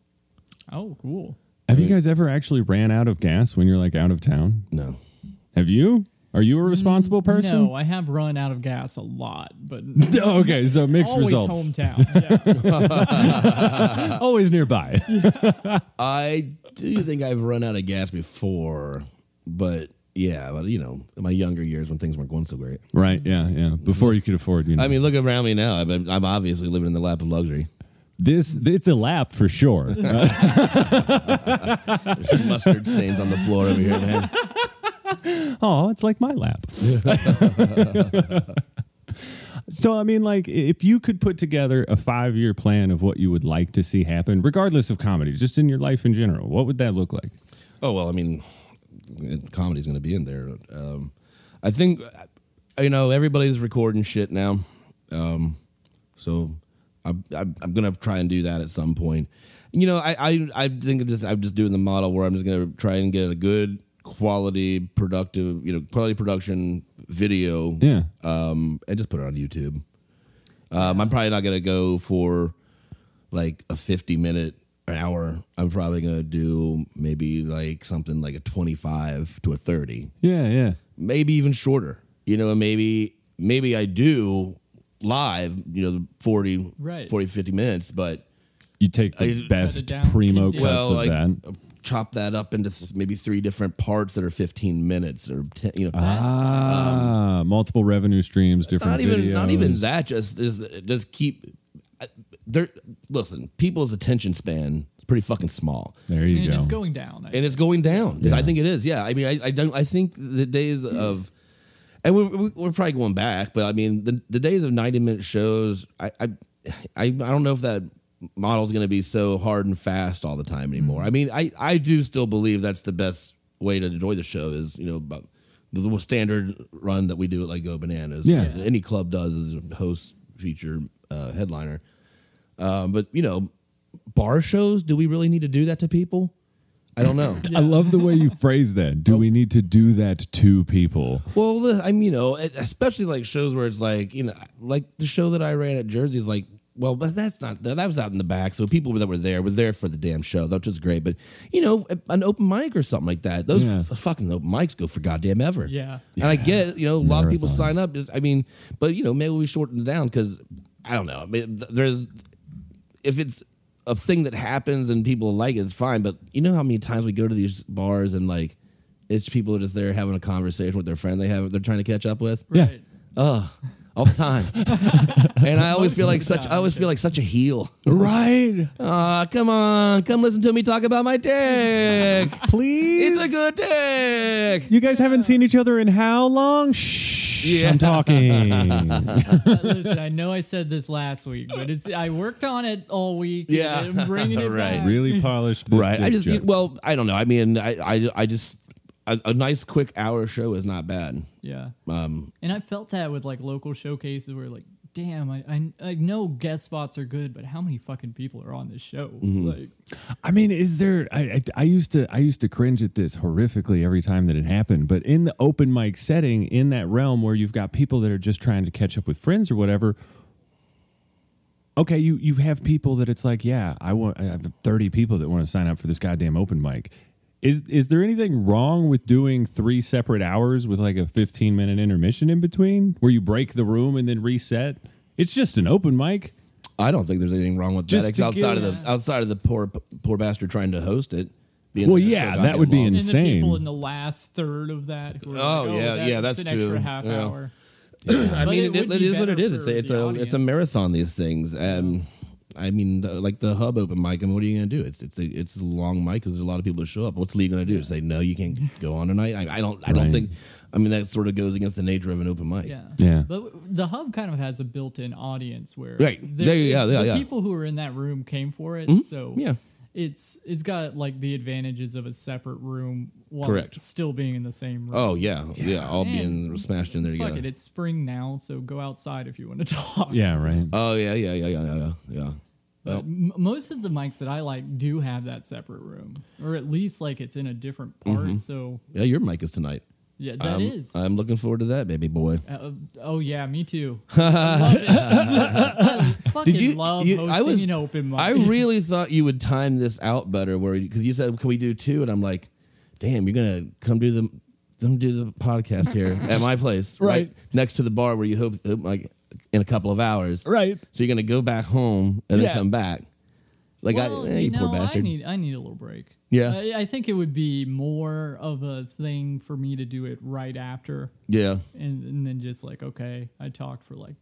D: Oh, cool.
B: Have you guys ever actually ran out of gas when you're like out of town?
C: No.
B: Have you? Are you a responsible
D: Mm,
B: person?
D: No, I have run out of gas a lot, but
B: Okay, so mixed
D: always
B: results.
D: hometown. Yeah.
B: Always nearby.
C: I do think I've run out of gas before, but yeah, but you know, in my younger years when things weren't going so great.
B: right, yeah, yeah. Before you could afford, you know.
C: I mean, look around me now. I'm, I'm obviously living in the lap of luxury.
B: This it's a lap for sure. Uh,
C: There's mustard stains on the floor over here, man.
B: oh, it's like my lap. so I mean, like, if you could put together a five-year plan of what you would like to see happen, regardless of comedy, just in your life in general, what would that look like?
C: Oh well, I mean, it- comedy's going to be in there. Um, I think you know everybody's recording shit now, um, so I, I, I'm going to try and do that at some point. You know, I, I I think I'm just I'm just doing the model where I'm just going to try and get a good quality productive you know quality production video
B: Yeah.
C: um, and just put it on YouTube. Um, I'm probably not gonna go for like a 50 minute an hour. I'm probably gonna do maybe like something like a 25 to a 30,
B: Yeah, yeah,
C: maybe even shorter. You know, maybe maybe I do live. You know, 40,
D: Right.
C: 40, 50 minutes, but
B: you take the
C: I-
B: best
D: down,
B: primo cuts
D: condense.
C: well,
B: of
C: like
B: that.
C: chop that up into th- maybe three different parts that are 15 minutes or 10. You know,
B: Ah, multiple revenue streams, different.
C: not even not even
B: videos.
C: that just just, just keep I- there listen people's attention span is pretty fucking small
B: There you
D: and
B: go.
D: it's going down. I
C: and it's going down i think it is yeah i mean i, I don't i think the days of and we're, we're- we're probably going back but i mean the, the days of 90 minute shows i i i, I don't know if that model's going to be so hard and fast all the time anymore i mean i i do still believe that's the best way to enjoy the show is you know bu- the the standard run that we do at like go bananas
B: Yeah.
C: that any club does is host feature uh, headliner um, but you know bar shows do we really need to do that to people i don't know
B: I love the way you phrase that. Do we need to do that to people?
C: Well, li- I'm you know, it- especially like shows where it's like you know, like the show that I ran at Jersey is like, well, but that's not that was out in the back, so people that were there were there for the damn show, which was great. But you know, e, an open mic or something like that, those
B: Yeah.
C: f- fucking open mics go for goddamn ever.
D: Yeah.
C: and I get you know a lot of people
B: Marathon.
C: sign up. Just I mean, but you know, maybe we shorten it down because I don't know. I mean, th- there's if it's a thing that happens and people like it, it's fine. But you know how many times we go to these bars and like it's people just there having a conversation with their friend they have they're trying to catch up with.
B: Yeah.
D: Right.
C: Ugh, all the time. and I always feel like such I always feel like such a heel.
B: Right.
C: Ah, come on, come listen to me talk about my dick.
B: Please.
C: It's a good dick.
B: you guys haven't seen each other in how long? Shh.
C: Yeah.
B: I'm talking.
D: Uh, Listen, I know I said this last week, but it's I worked on it all week.
C: Yeah.
D: and I'm bringing it
C: Right.
D: back.
B: really polished. This
C: I
B: dick
C: just
B: joke.
C: well, I don't know. I mean, I I, I just a, a nice quick hour show is not bad.
D: Yeah.
C: Um,
D: And I felt that with like local showcases where like, damn, I, I, I know guest spots are good, but how many fucking people are on this show?
C: Mm-hmm.
D: Like,
B: I mean, is there? I, I I used to I used to cringe at this horrifically every time that it happened. But in the open mic setting, in that realm where you've got people that are just trying to catch up with friends or whatever. Okay, you you have people that it's like, yeah, I want I have thirty people that want to sign up for this goddamn open mic. Is is there anything wrong with doing three separate hours with like a fifteen minute intermission in between where you break the room and then reset? It's just an open mic.
C: I don't think there's anything wrong with
B: Just
C: that. It's
B: to
C: outside
B: give-
C: of the outside of the poor poor bastard trying to host it. being
B: Well,
C: there so
B: yeah, that
C: goddamn
B: would be
C: long.
B: in-
D: and the people
B: Insane.
D: in the last third of that. Who are
C: Oh,
D: like, oh
C: yeah,
D: that-
C: yeah,
D: that's
C: that's
D: an
C: true.
D: extra half
C: Yeah.
D: hour.
C: I
D: But
C: mean,
D: it
C: it,
D: would
C: it
D: be
C: is what it
D: better
C: is. It's
D: for
C: a it's
D: the
C: a it's a
D: audience.
C: marathon. These things. Um, I mean, the, like the hub open mic. I mean, what are you going to do? It's it's a it's a long mic because there's a lot of people that show up. What's Lee going to do? Say no, you can't go on tonight. I, I don't I
B: Right.
C: don't think. I mean, that sort of goes against the nature of an open mic.
D: Yeah.
B: Yeah.
D: But w- the hub kind of has a built-in audience where
C: Right.
D: the-
C: Yeah, yeah, yeah,
D: the
C: yeah.
D: people who are in that room came for it. So
C: Yeah.
D: It's it's got like the advantages of a separate room while
C: Correct.
D: still being in the same room.
C: Oh yeah, yeah. all
D: man.
C: being smashed in there
D: Fuck
C: together.
D: it, it's spring now, so go outside if you want to talk.
B: Yeah, right.
C: Oh yeah, yeah, yeah, yeah, yeah, yeah, yeah.
D: But m- most of the mics that I like do have that separate room, or at least like it's in a different part.
C: Mm-hmm.
D: So
C: Yeah, your mic is tonight.
D: yeah, that
C: I'm,
D: is.
C: I'm looking forward to that, baby boy.
D: Uh, oh yeah, me too. I love it. I fucking love
C: you-
D: hosting an open mic.
C: I really thought you would time this out better, where because you said, "Can we do two? And I'm like, "Damn, you're gonna come do the come do the podcast here at my place,
B: Right.
C: next to the bar where you hope like in a couple of hours,
B: Right.
C: So you're gonna go back home and
B: Yeah.
C: then come back, like
D: Well,
C: I, eh, you, poor bastard.
D: I need I need a little break.
C: Yeah.
D: I, I think it would be more of a thing for me to do it right after,
C: yeah,
D: and, and then just like okay, I talked for like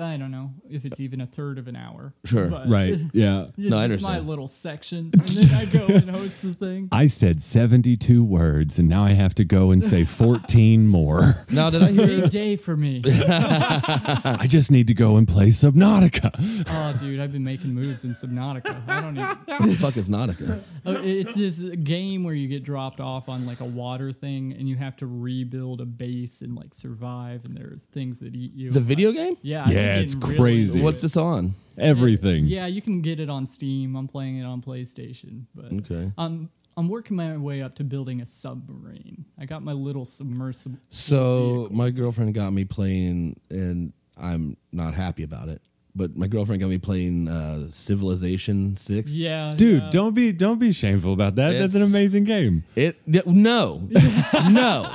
D: I don't know if it's even a third of an hour.
C: Sure.
D: But
B: Right. Yeah.
D: It's
C: No, I
D: just my
C: understand.
D: little section, and then I go and host the thing.
B: I said 72 words and now I have to go and say 14 more.
C: Now, did I hear?
D: Big day for me.
B: I just need to go and play Subnautica.
D: Oh, dude, I've been making moves in Subnautica. I don't even.
C: what the fuck is Nautica?
D: Oh, it's this game where you get dropped off on like a water thing and you have to rebuild a base and like survive and there's things that eat you.
C: It's a video game.
D: Yeah, I'm
B: Yeah, it's
D: getting
B: crazy.
D: into
C: What's
D: it.
C: this on?
B: Everything.
D: Yeah, you can get it on Steam. I'm playing it on PlayStation, but
C: Okay.
D: I'm I'm working my way up to building a submarine. I got my little submersible.
C: So my girlfriend got me playing, and I'm not happy about it. But my girlfriend got me playing uh, Civilization Six.
D: Yeah,
B: Dude,
D: yeah.
B: don't be don't be shameful about that. That's an
C: It's-
B: amazing game.
C: It th- no, no,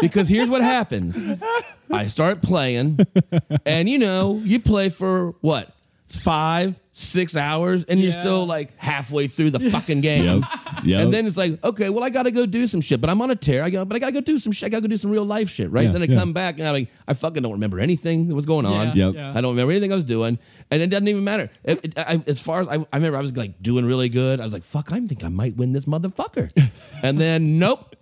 C: because here's what happens. I start playing, and you know, you play for what five, six hours, and you're
D: Yeah.
C: still like halfway through the fucking game.
B: Yep.
C: And then it's like, okay, well, I gotta go do some shit, but I'm on a tear. I go, but I gotta go do some shit. I gotta go do some real life shit, right?
B: Yeah,
C: then I
B: yeah.
C: come back and I'm like, I fucking don't remember anything that was going on.
D: Yeah,
B: Yep.
D: yeah.
C: I don't remember anything I was doing, and it doesn't even matter. It- it- I- as far as I, I remember, I was like doing really good. I was like, "Fuck, I think I might win this motherfucker," and then nope,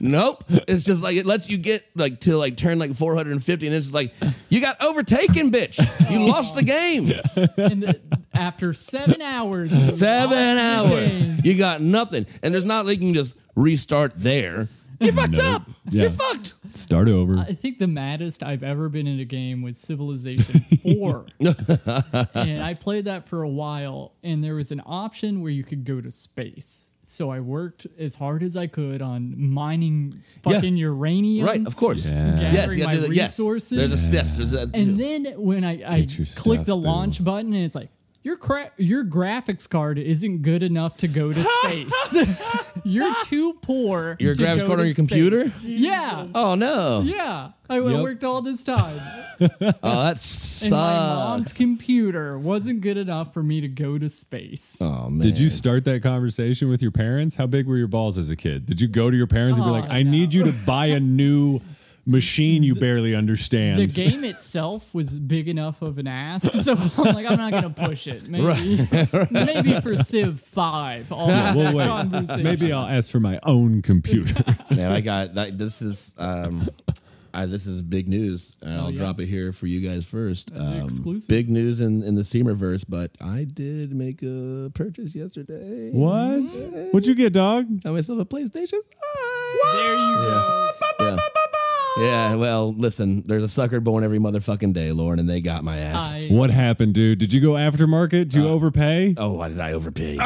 C: nope. It's just like it lets you get like to like turn like 450, and it's just like you got overtaken, bitch. You lost the game.
D: And th- after seven hours, you
C: Seven
D: lost the
C: hours.
D: game.
C: You got nothing, and there's not like you can just restart there. You fucked up.
B: Yeah.
C: You're fucked.
B: Start over.
D: I think the maddest I've ever been in a game was Civilization 4. and I played that for a while, and there was an option where you could go to space. So I worked as hard as I could on mining
C: Yeah.
D: fucking uranium.
C: Right, of course.
D: Gathering
C: Yes, you
D: my
C: gotta do that. Yes,
D: resources.
C: there's a yes, there's a.
D: and then when I, I
B: Get your
D: click
B: stuff,
D: the
B: boo.
D: launch button, and it's like, your, cra- your graphics card isn't good enough to go to space. You're too poor.
C: Your
D: to
C: graphics
D: go
C: card
D: to
C: on your computer?
D: space. Yeah.
C: oh no!
D: Yeah, I
B: Yep.
D: worked all this time,
C: Oh, that
D: and my mom's
C: sucks.
D: computer wasn't good enough for me to go to space.
C: Oh man!
B: Did you start that conversation with your parents? How big were your balls as a kid? Did you go to your parents and be
D: Oh,
B: like, "I
D: no.
B: need you to buy a new machine you barely
D: The
B: understand"?
D: game itself was big enough of an ass, so I'm like, I'm not gonna push it. Maybe, maybe for Civ Five. All yeah,
B: Well, wait.
D: conversation.
B: Maybe I'll ask for my own computer.
C: Man, I got that. This is um, I, this is big news, and I'll
D: Oh, yeah.
C: drop it here for you guys first.
D: the
C: Um,
D: exclusive.
C: Big news in in the Seamerverse, but I did make a purchase yesterday.
B: what? What'd you get, dog?
C: I got myself a PlayStation. 5.
D: there you go.
C: Yeah. Yeah, well, listen, there's a sucker born every motherfucking day, Lauren, and they got my ass.
D: I,
B: What happened, dude? Did you go aftermarket? Did you overpay?
C: oh, why did I overpay?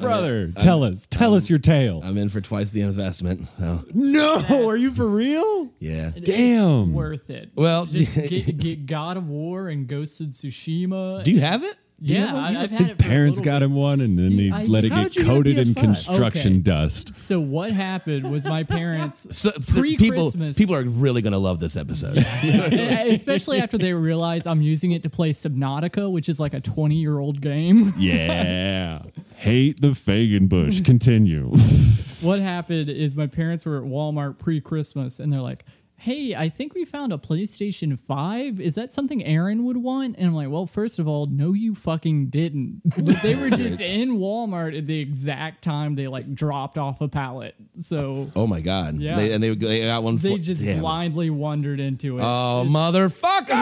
B: Brother, tell us. Tell us your tale.
C: I'm in for twice the investment. So,
D: Mm.
B: no, are you for real?
C: yeah.
D: it's
B: Damn.
D: worth it.
C: Well,
D: Just get, get God of War and Ghost of Tsushima.
C: do you have it? Do you
D: yeah,
C: have one?
D: I, have had
B: His
D: it for a
B: parents
D: little
B: got
D: bit.
B: him one, and then
D: Dude,
B: he
D: I-
B: let it
D: How
B: get
C: did you get a
B: coated in
C: PS5?
B: construction
D: Okay.
B: dust.
D: So what happened was my parents
C: So, so people,
D: pre-Christmas.
C: people are really going to love this episode.
D: especially after they realize I'm using it to play Subnautica, which is like a 20 year old game.
B: Yeah. Hate the Fagan Bush. Continue.
D: what happened is my parents were at Walmart pre Christmas and they're like, Hey, I think we found a PlayStation 5. Is that something Aaron would want? And I'm like, Well, first of all, no, you fucking didn't. But they were just in Walmart at the exact time they like dropped off a pallet. So
C: Oh my god!
D: Yeah.
C: They, and they they got one.
D: they
C: for-
D: just
C: damn it.
D: blindly wandered into it.
C: Oh motherfuckers!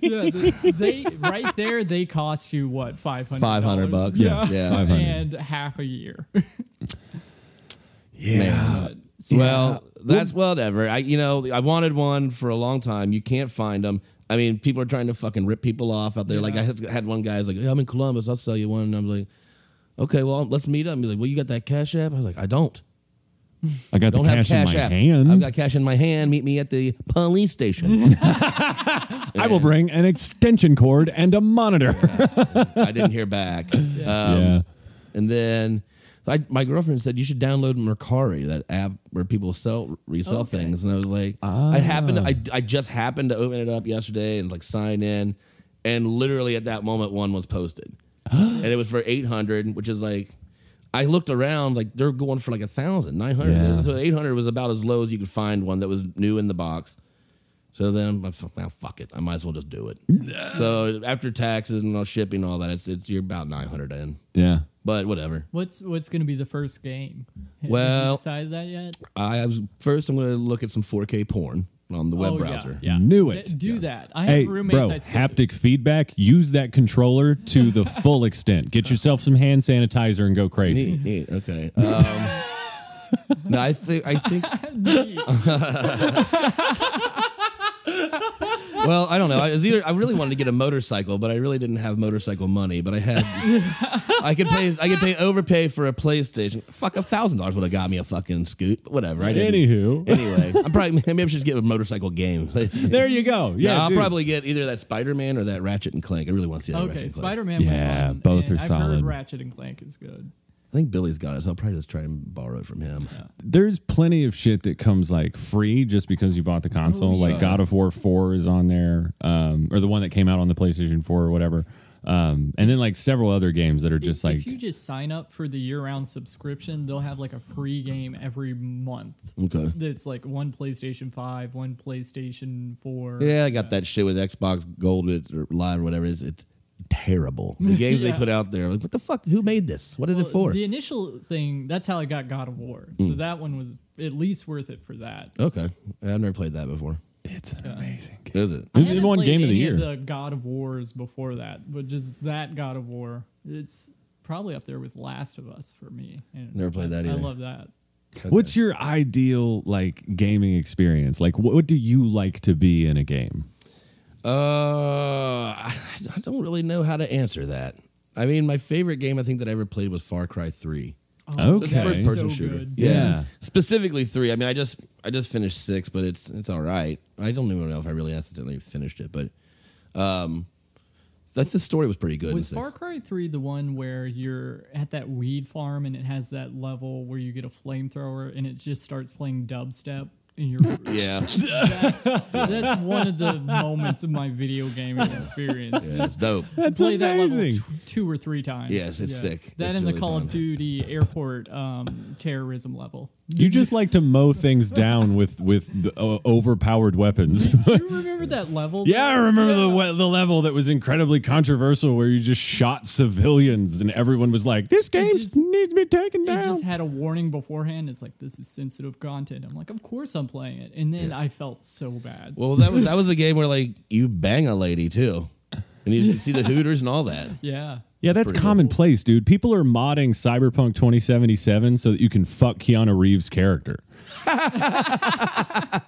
D: yeah, they, they right there they cost you what 500
C: Five hundred bucks.
B: Yeah.
C: yeah.
B: 500.
D: and half a year.
C: Man. Well, that's whatever. I you know I wanted one for a long time. You can't find them. I mean, people are trying to fucking rip people off out there. Like I had had one guy was like, "Yeah, "I'm in Columbus. I'll sell you one." And I'm like, "Okay, well, let's meet up." He's like, "Well, you got that Cash App?" I was like, "I don't.
B: I got
C: Don't
B: the cash,
C: have Cash
B: in my
C: App.
B: hand.
C: I've got cash in my hand. Meet me at the police station."
B: I will bring an extension cord and a monitor.
C: I didn't hear back. Um,
B: yeah.
C: And then I, my girlfriend said you should download Mercari, that app where people sell resell things. And I was like, I happened, I, I just happened to open it up yesterday and like sign in, and literally at that moment one was posted, and it was for eight hundred, which is like. I looked around, like they're going for like a thousand, nine hundred.
B: Yeah.
C: So eight hundred was about as low as you could find one that was new in the box. So then, I fuck, well, fuck it. I might as well just do it. so after taxes and all shipping, and all that, it's, it's you're about nine hundred in.
B: Yeah.
C: But whatever.
D: What's what's going to be the first game? Have
C: Well-
D: you decided that yet?
C: I was, first. I'm going to look at some 4K porn on the web
D: Oh, yeah,
C: browser.
D: yeah.
B: Knew
D: D-
B: it.
D: do that. I have
B: Hey,
D: roommates.
B: bro,
D: I still do.
B: haptic feedback. Use that controller to the full extent. Get yourself some hand sanitizer and go crazy.
C: Neat, neat. Okay. Um, no, I think I think. well, I don't know. I was either I really wanted to get a motorcycle, but I really didn't have motorcycle money. But I had, I could pay, I could pay overpay for a PlayStation. Fuck, a thousand dollars would have got me a fucking scoot. But whatever. I didn't.
B: Anywho.
C: anyway, I'm probably maybe I should get a motorcycle game.
B: There you go. Yeah,
C: I'll
B: dude.
C: probably get either that Spider Man or that Ratchet and Clank. I really want to see that. Ratchet
D: Okay,
C: and Clank.
D: Spider Man was
B: Yeah,
D: fun.
B: both
D: and
B: are
D: I've
B: solid.
D: Heard Ratchet and Clank is good.
C: I think Billy's got it, so I'll probably just try and borrow it from him.
B: There's plenty of shit that comes like free just because you bought the console. Like God of War 4 is on there, um, or the one that came out on the PlayStation 4 or whatever. Um, and then like several other games that are just
D: if,
B: like
D: if you just sign up for the year round subscription, they'll have like a free game every month.
C: Okay.
D: That's like one PlayStation Five, one PlayStation Four.
C: Yeah, I got that shit with Xbox Gold it- or Live or whatever it is. It's terrible. The games
D: Yeah.
C: they put out there, like, what the fuck? Who made this? What is it
D: Well,
C: for?
D: The initial thing, that's how I got God of War. So
B: Hmm.
D: that one was at least worth it for that.
C: okay, I've never played that before.
B: it's an amazing game.
C: Is it?
D: I
B: It
D: haven't
B: won
D: played
B: game of the
D: any
B: year.
D: the God of Wars before that, but just that God of War, it's probably up there with Last of Us for me. And
C: Never played that
D: I
C: either.
D: love that.
B: What's your ideal like gaming experience? Like what, what do you like to be in a game?
C: Uh, I I don't really know how to answer that. I mean, my favorite game I think that I ever played was Far Cry Three.
B: Okay.
C: It's a first person
D: Oh, So
C: shooter.
D: good.
B: Yeah.
C: Specifically three. I mean, I just I just finished six, but it's it's all right. I don't even know if I really accidentally finished it, but um, that the story was pretty good. in
D: Was
C: six.
D: Far Cry 3 the one where you're at that weed farm and it has that level where you get a flamethrower and it just starts playing dubstep? And you're,
C: yeah,
D: that's, that's one of the moments of my video gaming experience.
C: yeah, it's dope.
B: That's
D: play that
B: amazing.
D: level t- two or three times.
C: Yes, it's sick.
D: That
C: It's
D: and
C: really
D: the Call
C: fun.
D: of Duty airport um, terrorism level.
B: You just like to mow things down with with the, o- overpowered weapons.
D: Do you remember that level?
B: yeah, I remember the we- the level that was incredibly controversial where you just shot civilians and everyone was like, "This game
D: just-
B: needs to be taken
D: It
B: down."
D: just had a warning beforehand. It's like this is sensitive content. I'm like, of course I'm playing it. And then I felt so bad.
C: Well, that was that was a game where like you bang a lady too, and you see the Hooters and all that.
D: yeah.
B: yeah, that's commonplace, dude. People are modding Cyberpunk 2077 so that you can fuck Keanu Reeves' character.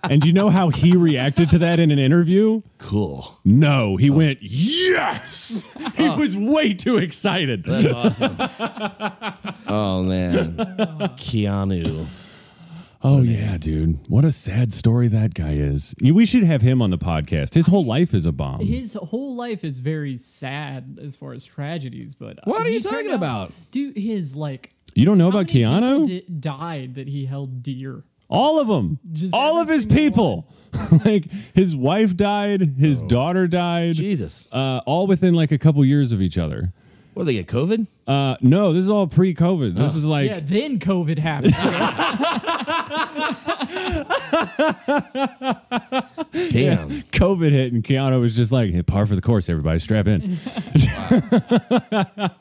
B: and you know how he reacted to that in an interview?
C: Cool.
B: No,
D: Oh.
B: he went, "Yes!" He was way too excited.
C: Oh man, Keanu.
B: Oh yeah, dude. What a sad story that guy is. You- We should have him on the podcast. His whole life is a bomb.
D: His whole life is very sad as far as tragedies, but uh,
C: What are you
D: he turned
C: talking
D: out-
C: about?
D: Dude, his like
B: you don't know
D: how
B: about
D: many people
B: Keanu?
D: di- died that he held dear.
B: all of them.
D: Just
B: all
D: every
B: of his
D: single
B: people. like his wife died, his daughter died.
C: Jesus.
B: Uh, all within like a couple years of each other.
C: What they get COVID?
B: Uh, no, this is all pre-COVID. This was like
D: yeah, then COVID happened.
C: Damn.
B: COVID hit, and Keanu was just like, "Hey, "Par for the course, everybody, strap in."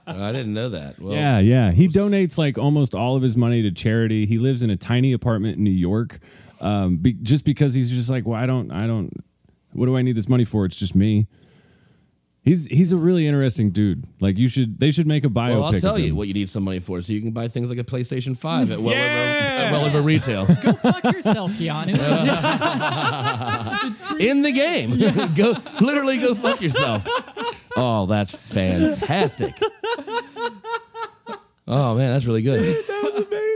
C: I didn't know that. Well,
B: Yeah, yeah. He donates like almost all of his money to charity. He lives in a tiny apartment in New York, um, be, just because he's just like, well, I don't, I don't. What do I need this money for? It's just me. He's he's a really interesting dude. Like you should, they should make a biopic.
C: Well, I'll
B: of
C: tell you
B: him.
C: what you need some money for, so you can buy things like a PlayStation Five at well
B: Yeah!
C: over at well over retail
D: Fuck yourself, Keanu. it's pretty,
C: in the game. go literally go fuck yourself. Oh, that's fantastic. Oh man, that's really good.
B: That was amazing.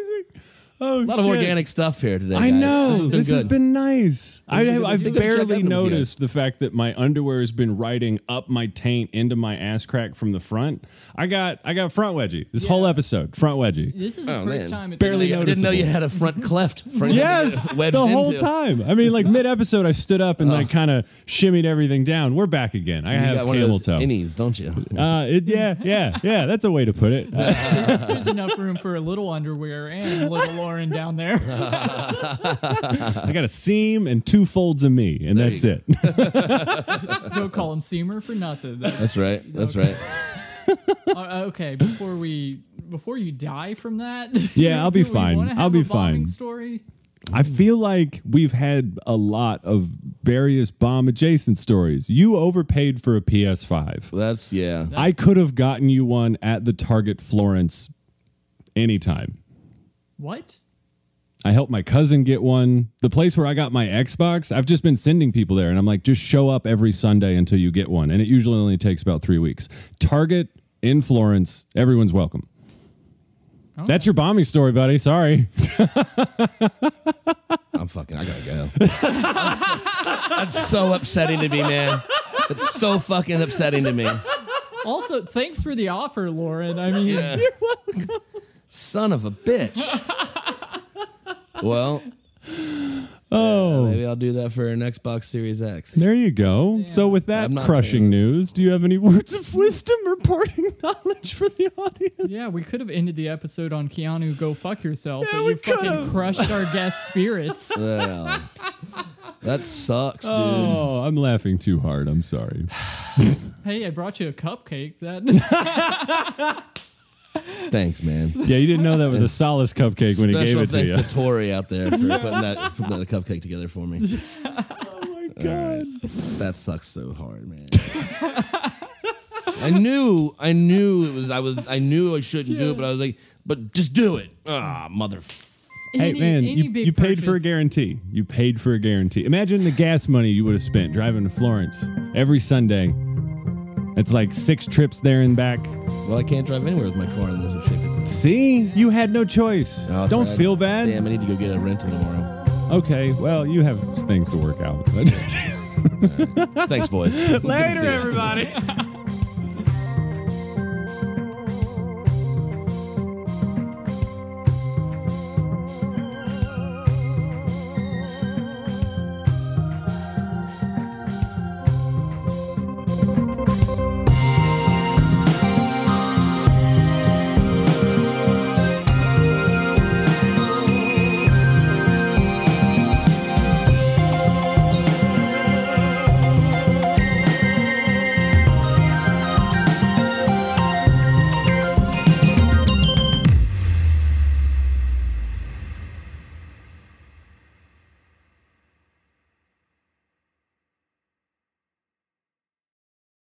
B: Oh,
C: A lot of organic stuff here today.
B: I
C: guys.
B: know
C: This has been
B: this has
C: good.
B: been nice. I
C: been
B: have,
C: good. It's
B: I've
C: been good to check
B: barely
C: in with you guys.
B: noticed the fact that my underwear has been riding up my taint into my ass crack from the front. I got I got front wedgie this whole episode. Front wedgie.
D: this is the
C: Oh, man.
D: first time it's
B: Barely
D: been
C: I
D: like-
C: didn't know you had a front cleft. Front
B: Yes,
C: wedged
B: the whole
C: into.
B: time. I mean, like mid episode, I stood up and like kind of shimmied everything down. We're back again. I
C: You
B: have
C: got one of
B: camel
C: those
B: toe.
C: innies, don't you?
B: uh, it, yeah, yeah, yeah. That's a way to put it. Uh,
D: There's enough room for a little underwear and a little Lauren down there.
B: I got a seam and two folds of me, and
C: There
B: that's
C: you
B: it.
D: Don't call him Seamer for nothing. though.
C: That's right. That's right.
D: Uh, okay, before we before you die from that.
B: Yeah, I'll be
D: do we wanna
B: fine.
D: have
B: I'll be
D: a bombing
B: fine.
D: Story.
B: I feel like we've had a lot of various bomb adjacent stories. You overpaid for a PS5.
C: That's yeah.
B: I could have gotten you one at the Target Florence anytime.
D: What?
B: I helped my cousin get one. The place where I got my Xbox, I've just been sending people there and I'm like, just show up every Sunday until you get one. And it usually only takes about three weeks. Target in Florence, everyone's welcome. That's your bombing story, buddy. Sorry.
C: I'm fucking. I gotta go. that's, that's so upsetting to me, man. It's so fucking upsetting to me.
D: Also, thanks for the offer, Lauren. I mean,
C: Son of a bitch. well. Oh. maybe I'll do that for an Xbox Series X.
B: There you go. So, with that
C: I'm not
B: crushing
C: paying.
B: news, do you have any words of wisdom or parting knowledge for the audience?
D: yeah, we could have ended the episode on Keanu go fuck yourself, but
B: we
D: you fucking
B: could've.
D: crushed our guest spirits.
C: Well, that sucks, dude.
B: Oh, I'm laughing too hard. I'm sorry.
D: hey, I brought you a cupcake. That
C: Thanks, man.
B: Yeah, you didn't know that was a solace cupcake when he gave
C: Special
B: it to
C: thanks
B: you.
C: to Tori out there for putting that, putting that cupcake together for me.
B: God.
C: That sucks so hard, man. I knew, I knew it was. I was, I knew I shouldn't do it, but I was like, but just do it. Ah, mother.
B: Hey,
D: any-
B: man,
D: any
B: you,
D: big
B: you paid for a
D: purchase-
B: guarantee. You paid for a guarantee. Imagine the gas money you would have spent driving to Florence every Sunday. It's like six trips there and back.
C: Well, I can't drive anywhere with my car and there's some shit.
B: See? You had no choice.
C: Oh,
B: Don't
C: crap.
B: feel bad.
C: Damn, I need to go get a rental tomorrow.
B: Okay, well, you have things to work out.
C: Thanks, boys. Later,
B: everybody.